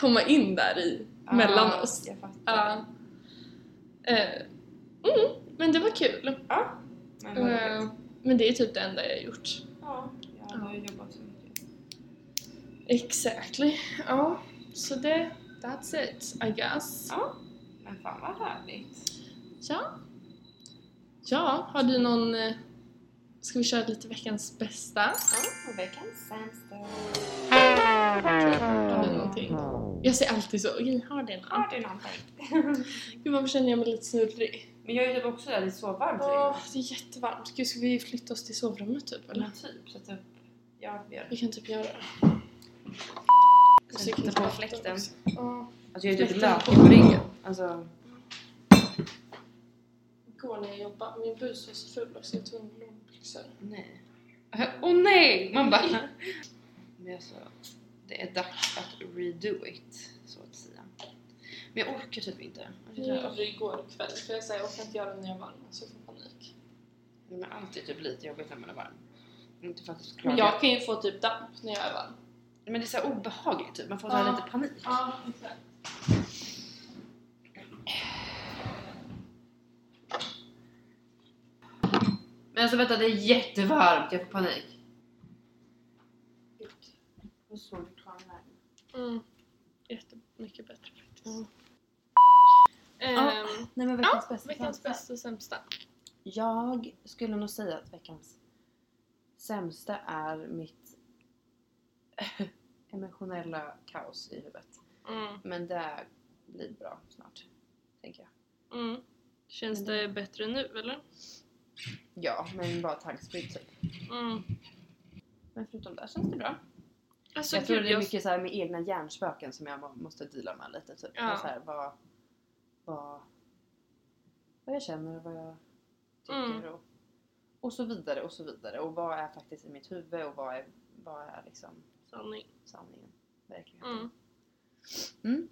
Speaker 2: komma in där i,
Speaker 1: Ja,
Speaker 2: mellan oss.
Speaker 1: Jag fattar.
Speaker 2: Ja. Eh, mm, men det var kul.
Speaker 1: Men vad
Speaker 2: Eh,
Speaker 1: roligt.
Speaker 2: men det är typ det enda jag har gjort.
Speaker 1: Ja, jag har ju jobbat så mycket.
Speaker 2: Exactly. Ja, så det... That's it, I guess.
Speaker 1: Ja. Men fan vad härligt.
Speaker 2: Ja. Ja, har du någon... eh, Ska vi köra lite veckans bästa?
Speaker 1: Ja, veckans sämsta.
Speaker 2: Har du någonting? Jag säger alltid så. Okej, har det någon?
Speaker 1: Har du någonting? [laughs]
Speaker 2: Gud, varför känner jag mig lite snurrig?
Speaker 1: Men jag är ju typ också där, det är så varmt.
Speaker 2: Åh, det är jättevarmt. Gud, ska vi flytta oss till sovrummet typ, eller?
Speaker 1: Men typ, så typ. Ja, vi gör
Speaker 2: Vi kan typ göra det.
Speaker 1: det. Sätta på fläkten.
Speaker 2: Ja.
Speaker 1: Alltså jag är typ
Speaker 2: Fläkten
Speaker 1: lökig
Speaker 2: på.
Speaker 1: på ryggen. Alltså,
Speaker 2: Igår när jag jobbade, min bus var så ful också, jag tog en långbyxor.
Speaker 1: nej. Åh oh, nej! Man bara... Men alltså, det är dags att redo it, så att säga. Men jag orkar typ inte. Alltså,
Speaker 2: Jag
Speaker 1: jag
Speaker 2: gjorde
Speaker 1: orkar.
Speaker 2: det igår kväll, för jag säger jag orkar inte göra det när jag är varm, så jag får panik.
Speaker 1: Men alltid typ lite jobbigt när man är varm. Inte för att det ska
Speaker 2: Men
Speaker 1: klaga.
Speaker 2: jag kan ju få typ damp när jag är varm.
Speaker 1: Men det är så här obehagligt typ, man får så
Speaker 2: Ja.
Speaker 1: här lite panik.
Speaker 2: Ja, exakt.
Speaker 1: Men alltså vänta, det är jättevarmt, jag får panik. Vad såg du ta den här?
Speaker 2: Mm. Jättemycket bättre faktiskt.
Speaker 1: Mm.
Speaker 2: Ehm,
Speaker 1: Nej men
Speaker 2: ja, veckans bästa och sämsta.
Speaker 1: Jag skulle nog säga att veckans sämsta är mitt [laughs] emotionella kaos i huvudet.
Speaker 2: Mm.
Speaker 1: Men det blir bra snart, tänker jag.
Speaker 2: Mm. Känns det bättre nu eller?
Speaker 1: Ja, men bara tankspridd typ.
Speaker 2: Mm.
Speaker 1: Men förutom det känns det bra.
Speaker 2: Alltså,
Speaker 1: jag tror
Speaker 2: gud,
Speaker 1: det är
Speaker 2: jag-
Speaker 1: mycket så här med egna hjärnspöken som jag må- måste deala med lite. Typ.
Speaker 2: Ja.
Speaker 1: Så här, vad, vad, vad jag känner och vad jag tycker.
Speaker 2: Mm.
Speaker 1: Och, och så vidare och så vidare. Och vad är faktiskt i mitt huvud och vad är, vad är liksom
Speaker 2: Sanning.
Speaker 1: sanningen? Verkligen.
Speaker 2: Mm.
Speaker 1: Mm.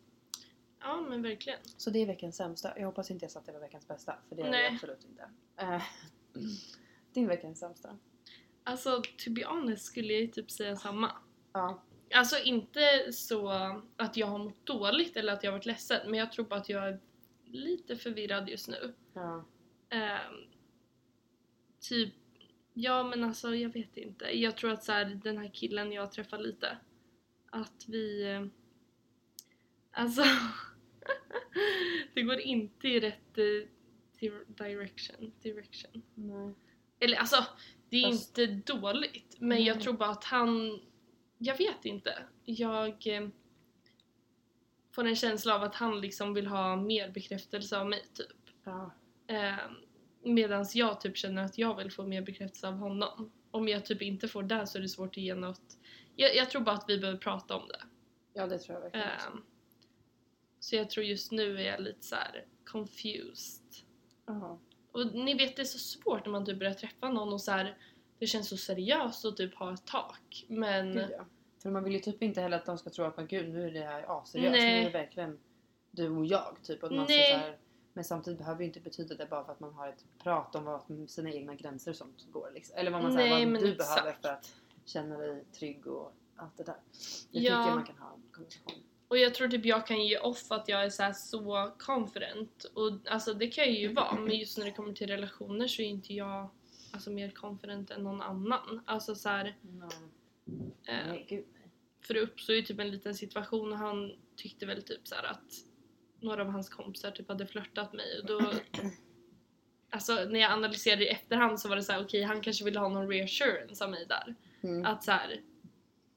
Speaker 2: Ja men verkligen.
Speaker 1: Så det är veckans sämsta. Jag hoppas inte jag sa att det var veckans bästa. För det är
Speaker 2: Nej.
Speaker 1: det absolut inte. Eh, Din veckans sämsta.
Speaker 2: Alltså to be honest skulle jag ju typ säga samma.
Speaker 1: Ja.
Speaker 2: Alltså inte så att jag har mått dåligt eller att jag har varit ledsen men jag tror bara att jag är lite förvirrad just nu.
Speaker 1: ja.
Speaker 2: Ehm, typ, ja men alltså jag vet inte. Jag tror att så här, den här killen jag träffar lite, att vi... eh, Alltså, [laughs] det går inte i rätt eh, di- direction. direction.
Speaker 1: Nej.
Speaker 2: Eller alltså, det är
Speaker 1: Fast-
Speaker 2: inte dåligt. Men jag
Speaker 1: Nej.
Speaker 2: tror bara att han... Jag vet inte. Jag eh, får en känsla av att han liksom vill ha mer bekräftelse av mig typ.
Speaker 1: Ja.
Speaker 2: Eh, Medan jag typ känner att jag vill få mer bekräftelse av honom. Om jag typ inte får det så är det svårt att ge något... Jag, jag tror bara att vi behöver prata om det.
Speaker 1: ja, det tror jag verkligen. också.
Speaker 2: Eh, så jag tror just nu är jag lite så här confused.
Speaker 1: Jaha.
Speaker 2: Och ni vet det är så svårt när man typ börjar träffa någon och så här, det känns så seriöst och typ ha ett tak. Men
Speaker 1: Gud, ja. För man vill ju typ inte heller att de ska tro att man gud nu är det här asseriöst, nu
Speaker 2: Nej.
Speaker 1: är det verkligen du och jag typ. Att man ska
Speaker 2: Nej.
Speaker 1: så här, men samtidigt behöver ju inte betyda det bara för att man har ett prat om vad sina egna gränser och sånt går. Liksom. Eller vad man
Speaker 2: Nej,
Speaker 1: säger, vad
Speaker 2: men
Speaker 1: du
Speaker 2: exakt.
Speaker 1: behöver för att känna dig trygg och allt det där. Det tycker
Speaker 2: Ja.
Speaker 1: jag man kan ha en konversation.
Speaker 2: och jag tror typ jag kan ge off att jag är så här så confident och alltså det kan jag ju vara men just när det kommer till relationer så är inte jag alltså mer confident än någon annan. Alltså så här, eh,
Speaker 1: Nej, gud nej.
Speaker 2: för det uppstod ju typ en liten situation och han tyckte väl typ så här att några av hans kompisar typ hade flörtat mig och då Alltså när jag analyserade i efterhand så var det så här: okej han kanske ville ha någon reassurance av mig där.
Speaker 1: Mm.
Speaker 2: Att så här,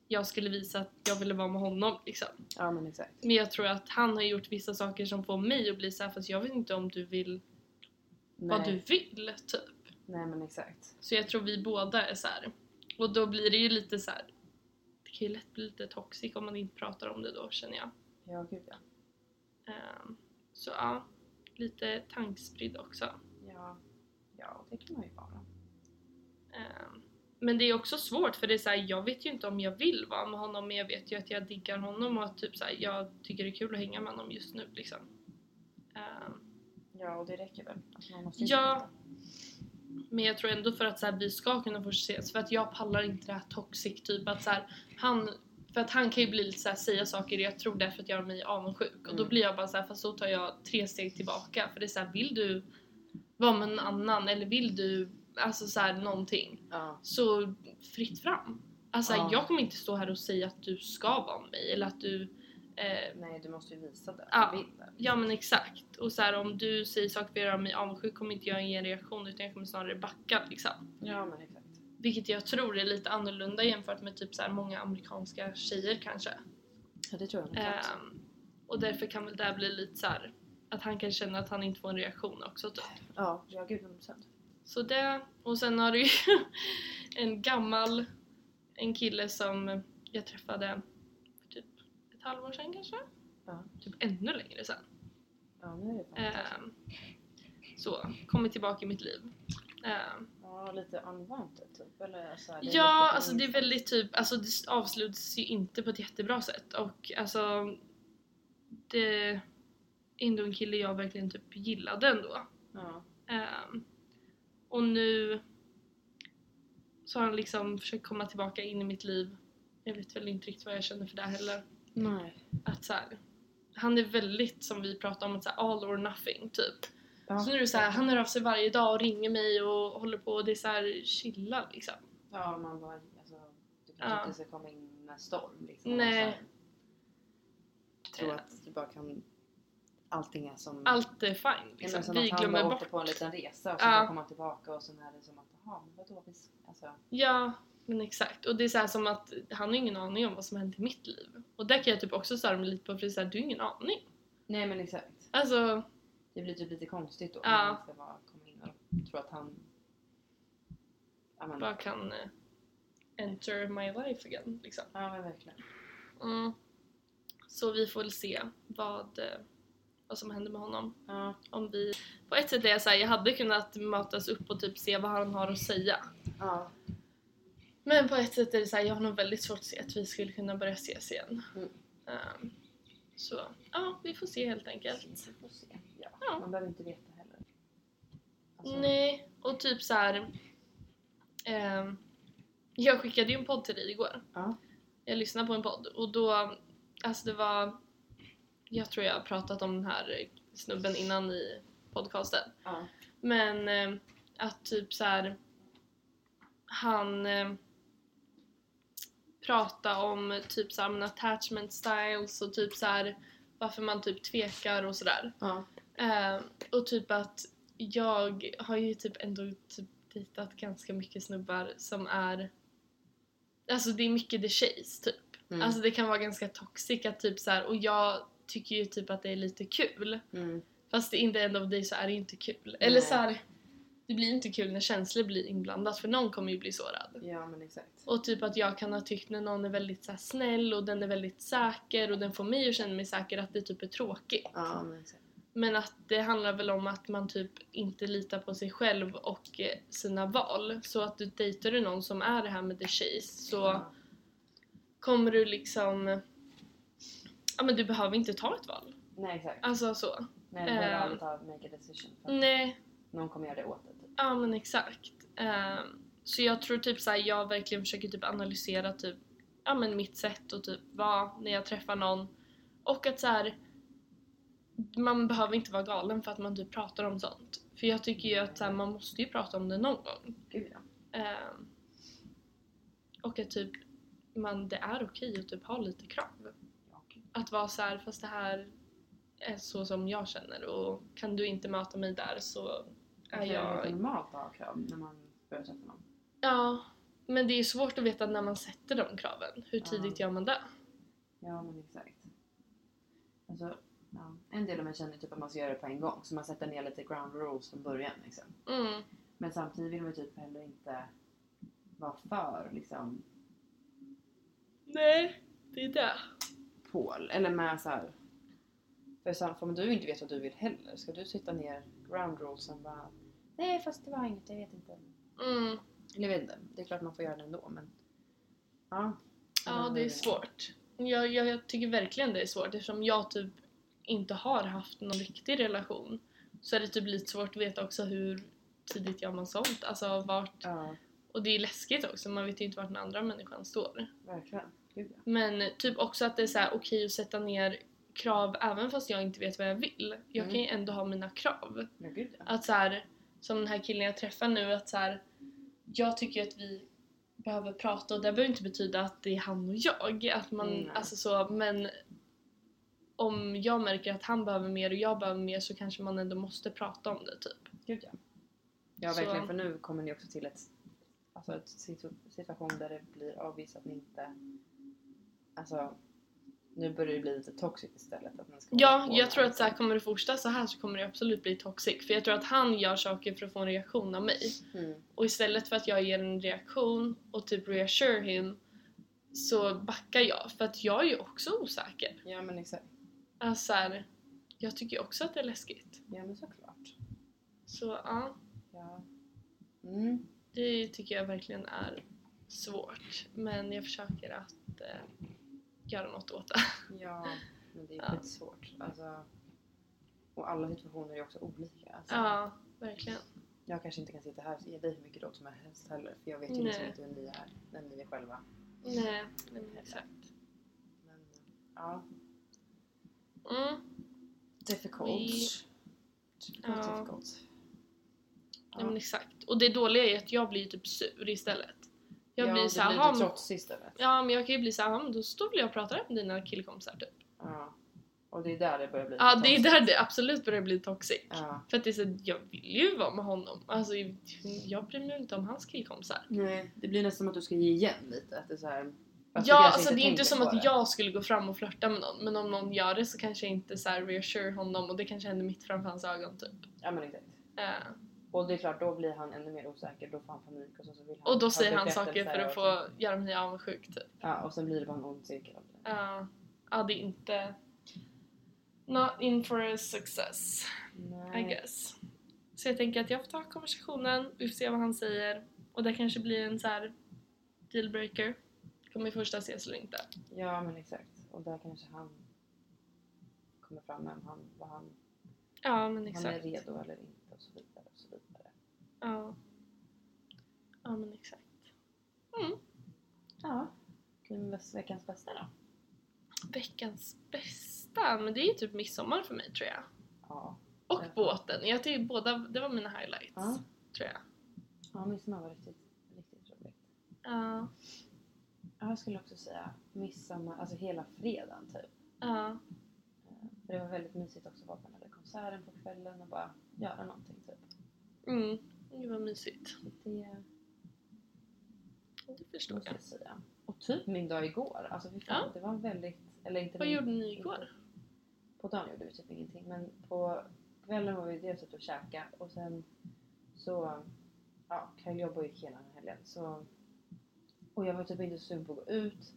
Speaker 2: jag skulle visa att jag ville vara med honom liksom.
Speaker 1: Ja men exakt.
Speaker 2: Men jag tror att han har gjort vissa saker som får mig att bli såhär fast jag vet inte om du vill
Speaker 1: Nej,
Speaker 2: vad du vill typ.
Speaker 1: nej men exakt.
Speaker 2: Så jag tror vi båda är så här. Och då blir det ju lite så här. det kan ju lätt bli lite toxic om man inte pratar om det då känner jag.
Speaker 1: Ja gud ja.
Speaker 2: Ehm, så ja, lite tankspridd också.
Speaker 1: Ja, ja det kan man ju vara.
Speaker 2: Ehm, Men det är också svårt för det är så här, jag vet ju inte om jag vill vara med honom men jag vet ju att jag diggar honom och att typ så här, jag tycker det är kul att hänga med honom just nu liksom. Ehm,
Speaker 1: Ja och det räcker väl. Att man måste ju
Speaker 2: Ja, men jag tror ändå för att så här, vi ska kunna få ses för att jag pallar inte det här toxic typ att så här, han för att han kan ju bli lite så här, säga saker jag tror därför att jag är mig avundsjuk och då
Speaker 1: Mm.
Speaker 2: blir jag bara så här, fast då tar jag tre steg tillbaka för det är så här, vill du vara med en annan eller vill du alltså så här, någonting
Speaker 1: Ja.
Speaker 2: så fritt fram. Alltså
Speaker 1: Ja.
Speaker 2: jag kommer inte stå här och säga att du ska vara med mig eller att du... Eh,
Speaker 1: Nej du måste ju visa det.
Speaker 2: Ja.
Speaker 1: Du vill det.
Speaker 2: ja men exakt. Och så här, om du säger saker för att göra mig avundsjuk kommer inte jag ge en reaktion utan jag kommer snarare backa liksom.
Speaker 1: Ja men exakt.
Speaker 2: Vilket jag tror är lite annorlunda jämfört med typ så här många amerikanska tjejer kanske.
Speaker 1: Ja det tror jag nog också.
Speaker 2: Ehm, och därför kan väl det här bli lite så här att han kan känna att han inte får en reaktion också typ.
Speaker 1: Ja, ja gud 100%.
Speaker 2: Så det, och sen har du ju [laughs] en gammal, en kille som jag träffade för typ ett halvår sedan kanske?
Speaker 1: Ja.
Speaker 2: Typ ännu längre sedan.
Speaker 1: Ja, nu är det fan.
Speaker 2: Ehm, så, kommit tillbaka i mitt liv. Ehm,
Speaker 1: Ja, lite unwanted typ. Eller så här, det är
Speaker 2: ja,
Speaker 1: lite
Speaker 2: alltså det är väldigt typ, alltså det avslutas ju inte på ett jättebra sätt och alltså det är ändå en kille jag verkligen typ gillade ändå.
Speaker 1: Ja.
Speaker 2: Ehm, och nu så har han liksom försökt komma tillbaka in i mitt liv Jag vet väl inte riktigt vad jag känner för det heller.
Speaker 1: Nej.
Speaker 2: Att så här, han är väldigt som vi pratade om, att så här, all or nothing typ.
Speaker 1: Ja.
Speaker 2: Så nu är det så här, han hör av sig varje dag och ringer mig och håller på och det är så här, chilla liksom.
Speaker 1: Ja, man bara... Alltså, du kanske
Speaker 2: Ja.
Speaker 1: inte ska komma in med storm liksom. och
Speaker 2: Nej. Eh.
Speaker 1: så här, Tro att du bara kan... Allting är som...
Speaker 2: Allt är fine
Speaker 1: Ja, men
Speaker 2: liksom.
Speaker 1: som att
Speaker 2: Vi
Speaker 1: han
Speaker 2: glömmer
Speaker 1: bara
Speaker 2: bort.
Speaker 1: åkte på en liten resa och sen
Speaker 2: Ja.
Speaker 1: bara kom han tillbaka och sen är det som att jaha, men vadå? Vi, s- alltså,
Speaker 2: Ja, men exakt. Och det är så här som att han har ingen aning om vad som hänt i mitt liv. Och där kan jag typ också störa mig lite på för det är så här, du har ingen aning.
Speaker 1: nej men exakt.
Speaker 2: Alltså,
Speaker 1: Det blir typ lite konstigt då
Speaker 2: Ja.
Speaker 1: när man ska bara komma in och tro att han... Ja men,
Speaker 2: bara kan eh, enter my life again liksom.
Speaker 1: ja, men verkligen.
Speaker 2: Mm. Så vi får väl se vad, eh, vad som händer med honom.
Speaker 1: Ja,
Speaker 2: Om vi, på ett sätt är jag såhär, jag hade kunnat mötas upp och typ se vad han har att säga.
Speaker 1: ja.
Speaker 2: Men på ett sätt är det såhär, jag har nog väldigt svårt att se att vi skulle kunna börja ses igen.
Speaker 1: Mm.
Speaker 2: Ehm, så ja, vi får se helt enkelt.
Speaker 1: Vi får se. Ja.
Speaker 2: Ja.
Speaker 1: Man behöver inte veta heller. Alltså,
Speaker 2: Nej, och typ så här. ehm, jag skickade ju en podd till dig igår.
Speaker 1: Ja.
Speaker 2: Jag lyssnade på en podd och då, alltså det var, jag tror jag har pratat om den här snubben innan i podcasten.
Speaker 1: Ja.
Speaker 2: Men eh, att typ så här. han eh, pratade om typ så här, men attachment styles och typ så här varför man typ tvekar och sådär.
Speaker 1: Ja.
Speaker 2: Eh, och typ att jag har ju typ ändå typ dejtat ganska mycket snubbar som är... Alltså det är mycket the chase typ.
Speaker 1: Mm.
Speaker 2: Alltså det kan vara ganska toxic att typ så här. och jag tycker ju typ att det är lite kul.
Speaker 1: mm.
Speaker 2: Fast det är inte end of day så är det ju inte kul. Eller
Speaker 1: Nej.
Speaker 2: så här, det blir inte kul när känslor blir inblandat för någon kommer ju bli sårad.
Speaker 1: ja men exakt.
Speaker 2: Och typ att jag kan ha tyckt när någon är väldigt så här snäll och den är väldigt säker och den får mig att känna mig säker att det typ är tråkigt.
Speaker 1: Ja, men exakt.
Speaker 2: Men att det handlar väl om att man typ inte litar på sig själv och eh, sina val. Så att du dejtar du någon som är det här med the chase så
Speaker 1: Ja.
Speaker 2: kommer du liksom... Ja men du behöver inte ta ett val.
Speaker 1: Nej exakt.
Speaker 2: Alltså så.
Speaker 1: Nej, du behöver
Speaker 2: Ehm.
Speaker 1: aldrig ta make a decision. För att
Speaker 2: Nej,
Speaker 1: Någon kommer göra det åt dig. Typ.
Speaker 2: ja men exakt. Ehm, så jag tror typ såhär, jag verkligen försöker typ analysera typ, ja men mitt sätt och typ vad när jag träffar någon. Och att så här. man behöver inte vara galen för att man typ pratar om sånt. För jag tycker ju att så här, man måste ju prata om det någon gång.
Speaker 1: Gud ja.
Speaker 2: Ehm, och att typ man, det är okej att typ ha lite krav.
Speaker 1: Ja, okej.
Speaker 2: Att vara så här, fast det här är så som jag känner och kan du inte möta mig där så är
Speaker 1: Det är
Speaker 2: jag...
Speaker 1: lite normalt att ha krav när man börjar träffa någon.
Speaker 2: Ja, men det är ju svårt att veta när man sätter de kraven. Hur
Speaker 1: Ja.
Speaker 2: tidigt gör man det?
Speaker 1: Ja men exakt. Alltså, ja. En del av mig känner typ att man ska göra det på en gång. Så man sätter ner lite ground rules från början liksom.
Speaker 2: Mm.
Speaker 1: Men samtidigt vill man ju typ heller inte vara för liksom
Speaker 2: Nej, det är det.
Speaker 1: Paul. Eller med såhär... För sam- för om du inte vet vad du vill heller, ska du sitta ner ground rules och bara Nej fast det var inget, jag vet inte.
Speaker 2: Mm.
Speaker 1: Eller jag vet inte, det är klart man får göra det ändå men... Ja.
Speaker 2: Ja, det är svårt. Jag, jag, jag tycker verkligen det är svårt eftersom jag typ inte har haft någon riktig relation. Så är det typ lite svårt att veta också hur tidigt gör man sånt. Alltså vart...
Speaker 1: Ja,
Speaker 2: Och det är läskigt också, man vet ju inte vart den andra människan står.
Speaker 1: verkligen. Gud ja.
Speaker 2: Men typ också att det är så här okej att sätta ner krav även fast jag inte vet vad jag vill. Jag
Speaker 1: Mm.
Speaker 2: kan ju ändå ha mina krav.
Speaker 1: Men gud ja.
Speaker 2: Att så här, som den här killen jag träffar nu, att så här, jag tycker att vi behöver prata och det behöver inte betyda att det är han och jag. Att man,
Speaker 1: Mm, nej.
Speaker 2: alltså så, men om jag märker att han behöver mer och jag behöver mer så kanske man ändå måste prata om det typ.
Speaker 1: Gud ja. Ja
Speaker 2: Så-
Speaker 1: verkligen, för nu kommer ni också till ett, alltså ett situ- situation där det blir avvisat att ni inte... Alltså, nu börjar det bli lite toxiskt istället. Att man ska hålla
Speaker 2: Ja,
Speaker 1: på
Speaker 2: jag
Speaker 1: med
Speaker 2: tror att
Speaker 1: allt.
Speaker 2: så här, kommer det fortsätta så här så kommer det absolut bli toxic. För jag tror att han gör saker för att få en reaktion av mig.
Speaker 1: Mm.
Speaker 2: Och istället för att jag ger en reaktion och typ reassure him så backar jag. För att jag är ju också osäker.
Speaker 1: Ja men exakt.
Speaker 2: Alltså så här, jag tycker ju också att det är läskigt.
Speaker 1: Ja men såklart.
Speaker 2: Så ja,
Speaker 1: Ja. Mm.
Speaker 2: det tycker jag verkligen är svårt. Men jag försöker att eh, göra något åt det.
Speaker 1: Ja, men det är
Speaker 2: Ja.
Speaker 1: ja. svårt. Alltså, och alla situationer är också olika. Alltså,
Speaker 2: Ja, verkligen.
Speaker 1: Jag kanske inte kan sitta här och ge dig hur mycket råd som helst heller. För jag vet ju
Speaker 2: Nej.
Speaker 1: liksom inte hur ni är, när ni är själva.
Speaker 2: Nej, nej men exakt.
Speaker 1: Men, ja.
Speaker 2: Mm.
Speaker 1: Difficult.
Speaker 2: Vi-
Speaker 1: Difficult,
Speaker 2: Ja.
Speaker 1: difficult. Ja.
Speaker 2: Nej men exakt. Och det dåliga är att jag blir typ sur istället. Jag
Speaker 1: Ja,
Speaker 2: blir
Speaker 1: du
Speaker 2: såhär,
Speaker 1: blir
Speaker 2: "Jaha,
Speaker 1: lite
Speaker 2: men-
Speaker 1: trotsig istället.
Speaker 2: ja men jag kan ju bli såhär, "Jaha, men då står väl jag och pratar med dina killkompisar typ.
Speaker 1: Ja. Och det är där det börjar bli
Speaker 2: Ja
Speaker 1: lite
Speaker 2: det är
Speaker 1: toxic.
Speaker 2: där det absolut börjar bli toxic.
Speaker 1: Ja.
Speaker 2: För att det är så, jag vill ju vara med honom. Alltså jag bryr mig inte om hans killkompisar.
Speaker 1: Nej, det blir nästan som att du ska ge igen lite. Att det är så här, fast du kanske
Speaker 2: Ja, alltså det är inte
Speaker 1: tänker
Speaker 2: som
Speaker 1: på
Speaker 2: att
Speaker 1: det.
Speaker 2: jag skulle gå fram och flörta med någon. Men om någon gör det så kanske jag inte så här reassure honom och det kanske händer mitt framför hans ögon typ.
Speaker 1: Ja, men exakt.
Speaker 2: Eh,
Speaker 1: Och det är klart, då blir han ännu mer osäker. Då får han panik och så, så vill han
Speaker 2: och då
Speaker 1: ha
Speaker 2: säger han
Speaker 1: bekräftelse
Speaker 2: saker för
Speaker 1: och-
Speaker 2: att få göra mig avundsjuk typ.
Speaker 1: Ja, och sen blir det bara en ond cirkel. av det.
Speaker 2: Ja, ja, det är inte... Not in for a success, I
Speaker 1: Nej.
Speaker 2: guess. Så jag tänker att jag får ta konversationen, vi får se vad han säger. Och det kanske blir en så här dealbreaker. Kommer vi första ses eller inte.
Speaker 1: Ja, men exakt. Och där kanske han kommer fram med om han, vad han,
Speaker 2: Ja, men
Speaker 1: han är
Speaker 2: exakt.
Speaker 1: redo eller inte och så vidare. Och så vidare.
Speaker 2: Ja. ja, men exakt.
Speaker 1: Ja. Okej, men bäst- veckans bästa då?
Speaker 2: Veckans bästa? Men det är ju typ midsommar för mig tror jag.
Speaker 1: Ja.
Speaker 2: Och
Speaker 1: Ja.
Speaker 2: båten. Jag tycker båda, det var mina highlights.
Speaker 1: Ja,
Speaker 2: Tror jag.
Speaker 1: ja midsommar var riktigt, riktigt roligt.
Speaker 2: Ja.
Speaker 1: Ja, jag skulle också säga midsommar, alltså hela fredagen typ.
Speaker 2: Ja.
Speaker 1: Eh, För det var väldigt mysigt också att vara på den där konserten på kvällen och bara göra någonting typ.
Speaker 2: Mm. Det var mysigt.
Speaker 1: Så det
Speaker 2: Det förstår
Speaker 1: måste
Speaker 2: jag.
Speaker 1: jag säga. Och typ min dag igår, alltså fy fan,
Speaker 2: Ja.
Speaker 1: det var väldigt, eller inte
Speaker 2: Vad
Speaker 1: min-
Speaker 2: gjorde ni igår?
Speaker 1: På dagen gjorde vi typ ingenting men på kvällen var vi dels ute och käkade och sen så, ja, Kaj jobbade ju hela den helgen så och jag var typ inte sugen på att gå ut.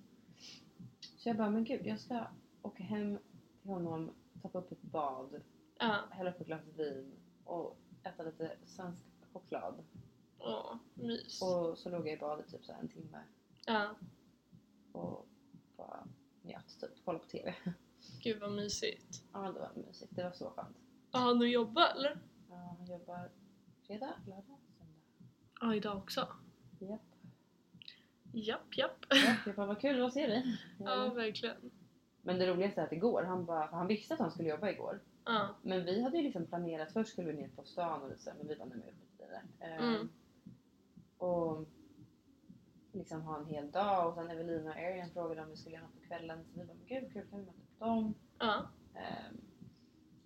Speaker 1: Så jag bara, men gud jag ska åka hem till honom, tappa upp ett bad,
Speaker 2: Ja.
Speaker 1: hälla upp ett glas vin och äta lite svensk choklad.
Speaker 2: Åh, mys.
Speaker 1: Och så låg jag i badet typ så här en timme
Speaker 2: Ja.
Speaker 1: och bara njöt typ, kollade på TV.
Speaker 2: Gud vad mysigt.
Speaker 1: Ja det var mysigt, det var så skönt.
Speaker 2: Har han nu jobbat eller?
Speaker 1: Ja, han jobbar fredag, lördag, söndag.
Speaker 2: Ja, idag också.
Speaker 1: Japp.
Speaker 2: Japp, japp.
Speaker 1: Ja, jag bara, vad kul, vad ser vi?
Speaker 2: [laughs] Ja, verkligen.
Speaker 1: Men det roligaste är att igår, han, bara, för han visste att han skulle jobba igår.
Speaker 2: Ja.
Speaker 1: Men vi hade ju liksom planerat, först skulle vi ner på stan och lite så, här, men vi bara, nej men vi skiter i det. Ehm,
Speaker 2: Mm.
Speaker 1: Och liksom ha en hel dag och sen Evelina och Arian frågade om vi skulle göra något på kvällen. Så vi bara, men gud kul, kan vi möta upp dem?
Speaker 2: Ja.
Speaker 1: Ehm,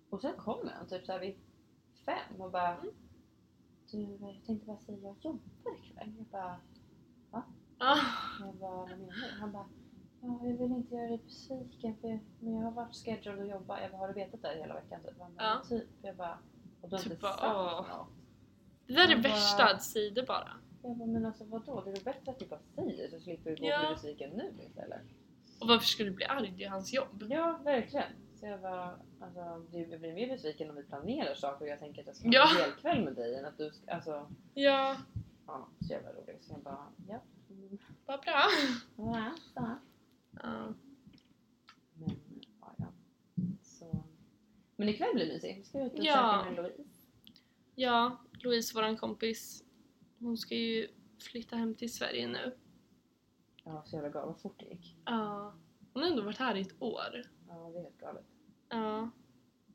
Speaker 1: och sen kommer han typ såhär vid fem och bara
Speaker 2: Mm.
Speaker 1: Du, eh, jag tänkte bara säga jag jobbar ikväll. Jag bara,
Speaker 2: Ja.
Speaker 1: jag bara vad menar du? Han bara, ja jag vill inte göra dig besviken för, men jag har varit scheduled att jobba. Jag bara, har du vetat det hela veckan? Typ. Han bara,
Speaker 2: Ja.
Speaker 1: typ. Jag bara, och du har
Speaker 2: Typ
Speaker 1: inte
Speaker 2: bara,
Speaker 1: sagt
Speaker 2: åh.
Speaker 1: något.
Speaker 2: Det där är det
Speaker 1: Ja.
Speaker 2: värsta, att säga det bara.
Speaker 1: Jag bara, men alltså vadå? Det är väl bättre att du bara säger så slipper du gå
Speaker 2: Ja.
Speaker 1: och bli besviken nu istället.
Speaker 2: Och varför skulle du bli arg? Det är hans jobb.
Speaker 1: Ja, verkligen. Så jag bara, alltså, det- jag blir mer besviken om vi planerar saker och jag tänker att jag ska
Speaker 2: Ja.
Speaker 1: ha en hel kväll med dig än att du ska, alltså,
Speaker 2: Ja,
Speaker 1: ja, så jävla roligt. Så jag bara, ja. Mm.
Speaker 2: vad bra.
Speaker 1: Ja, ja.
Speaker 2: Ja.
Speaker 1: Men, ja, ja. Så. Men ikväll blir det mysigt. Vi ska ut och
Speaker 2: Ja.
Speaker 1: käka med Louise.
Speaker 2: ja, Louise, våran kompis, hon ska ju flytta hem till Sverige nu.
Speaker 1: Ja, så jävla galet. Vad fort det gick.
Speaker 2: Ja. Hon har ändå varit här i ett år.
Speaker 1: Ja, det är helt galet.
Speaker 2: Ja.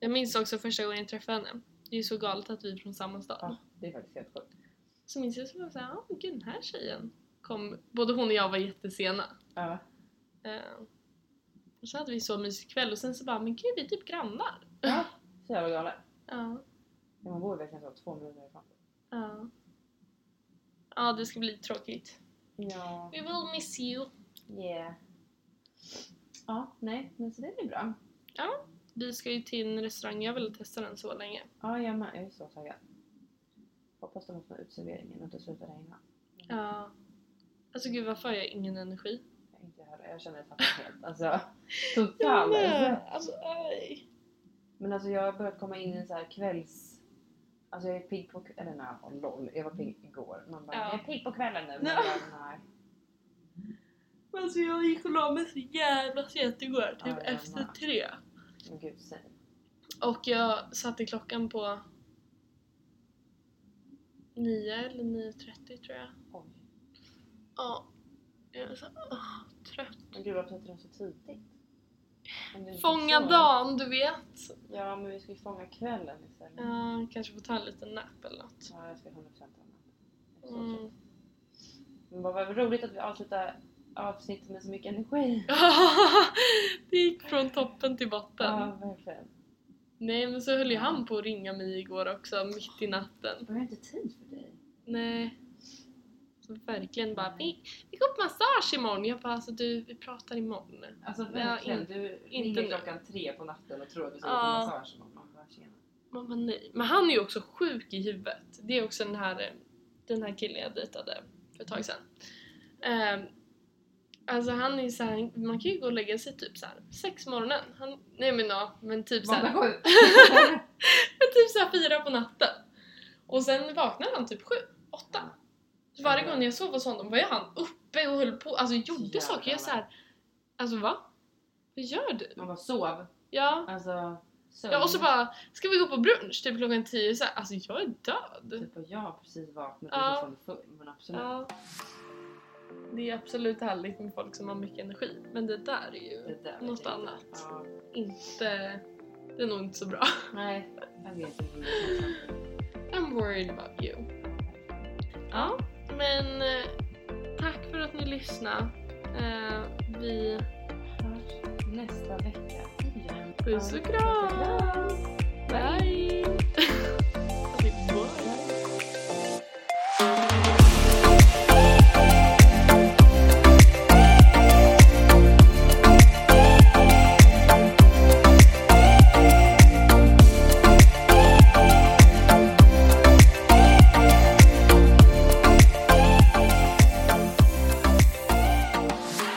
Speaker 2: Jag minns också första gången jag träffade henne. Det är ju så galet att vi är från samma stad.
Speaker 1: Ja, det är faktiskt helt sjukt.
Speaker 2: Så minns jag som jag sa, ja men gud den här tjejen kom. Både hon och jag var jättesena.
Speaker 1: Ja.
Speaker 2: Eh, och så hade vi så mysig kväll och sen så bara, men gud vi är typ grannar.
Speaker 1: ja, så jävla galet.
Speaker 2: Ja.
Speaker 1: Ja, man bor verkligen så två minuter ifrån.
Speaker 2: Ja. Ja det ska bli tråkigt.
Speaker 1: Ja.
Speaker 2: We will miss you.
Speaker 1: Yeah. Ja, nej, men så det blir bra.
Speaker 2: Vi ska ju till en restaurang, jag vill testa den så länge.
Speaker 1: Ja, jag med. Jag är så taggad. Hoppas de öppnar utserveringen och inte slutar regna.
Speaker 2: Ja. Alltså gud varför har jag ingen energi?
Speaker 1: Jag, är inte heller. jag känner att jag tappar helt. Alltså,
Speaker 2: Jag
Speaker 1: totalt.
Speaker 2: med. Alltså aj.
Speaker 1: Men alltså jag har börjat komma in i en så här kvälls... Alltså jag är pigg på kvällen. Eller nej, lol. Jag var pigg igår. Man bara,
Speaker 2: Ja.
Speaker 1: jag är pigg på kvällen nu. Men
Speaker 2: Ja.
Speaker 1: jag, nej.
Speaker 2: Men Alltså jag gick och la mig så jävla sent igår,
Speaker 1: Ja,
Speaker 2: typ
Speaker 1: jag
Speaker 2: efter
Speaker 1: med.
Speaker 2: tre.
Speaker 1: Men gud, säg.
Speaker 2: Och jag satte klockan på 9 eller 9.30 tror jag.
Speaker 1: Oj.
Speaker 2: Ja. Jag är så, åh, trött.
Speaker 3: Men gud varför sätter du den så tidigt? Om det inte
Speaker 2: Fånga
Speaker 3: är så.
Speaker 2: dagen, du vet.
Speaker 3: Ja men vi ska ju fånga kvällen istället.
Speaker 2: Ja, kanske få ta en liten nap eller något.
Speaker 3: Ja, jag ska 100% annat. Jag är så trött.
Speaker 2: Mm. [laughs]
Speaker 3: Men vad vad roligt att vi avslutar avsnittet med så mycket energi.
Speaker 2: det gick från toppen till botten.
Speaker 3: Ja, verkligen.
Speaker 2: Nej men så höll ju han på att ringa mig igår också, mitt i natten.
Speaker 3: Jag har inte tid för dig.
Speaker 2: Nej. Så verkligen bara, vi, vi går på massage imorgon. Jag bara, alltså du, vi pratar imorgon.
Speaker 1: Alltså
Speaker 2: in-
Speaker 1: verkligen, du
Speaker 2: inte
Speaker 1: ringer
Speaker 2: nu.
Speaker 1: klockan tre på natten och tror att du ska gå på
Speaker 2: Ja.
Speaker 1: massage. Och man bara, tjena.
Speaker 2: Man bara, nej. Men han är ju också sjuk i huvudet. Det är också den här, eh, den här killen jag dejtade för ett tag sedan. Ehm, alltså han är ju så här, man kan ju gå och lägga sig typ så här sex på morgonen. Han, nej men ja, men typ så här,
Speaker 1: Måndag sju.
Speaker 2: [laughs] typ så här fyra på natten. Och sen vaknar han typ sju, åtta. Så varje gång jag sov hos honom var ju han uppe och höll på, alltså gjorde
Speaker 1: Jävlar.
Speaker 2: saker. Jag så här, alltså va? Vad gör du?
Speaker 1: Man bara sov.
Speaker 2: Ja.
Speaker 1: Alltså, sömn.
Speaker 2: ja, och så bara, ska vi gå på brunch typ klockan tio? Så här, alltså jag är död.
Speaker 1: Typ, och jag har precis vaknat
Speaker 2: Ja.
Speaker 1: och är fortfarande full. Men absolut.
Speaker 2: Ja. Det är absolut härligt med folk som har mycket energi, men det där är ju
Speaker 1: Det där
Speaker 2: något
Speaker 1: vet jag
Speaker 2: annat.
Speaker 1: inte. liksom. Ja.
Speaker 2: inte... Det är nog inte så bra.
Speaker 1: Nej, jag vet inte. hur det är sant.
Speaker 2: I'm worried about you. Ja, men eh, tack för att ni lyssnade. Eh, vi
Speaker 3: Hörs nästa vecka igen.
Speaker 2: puss och kram! Bye!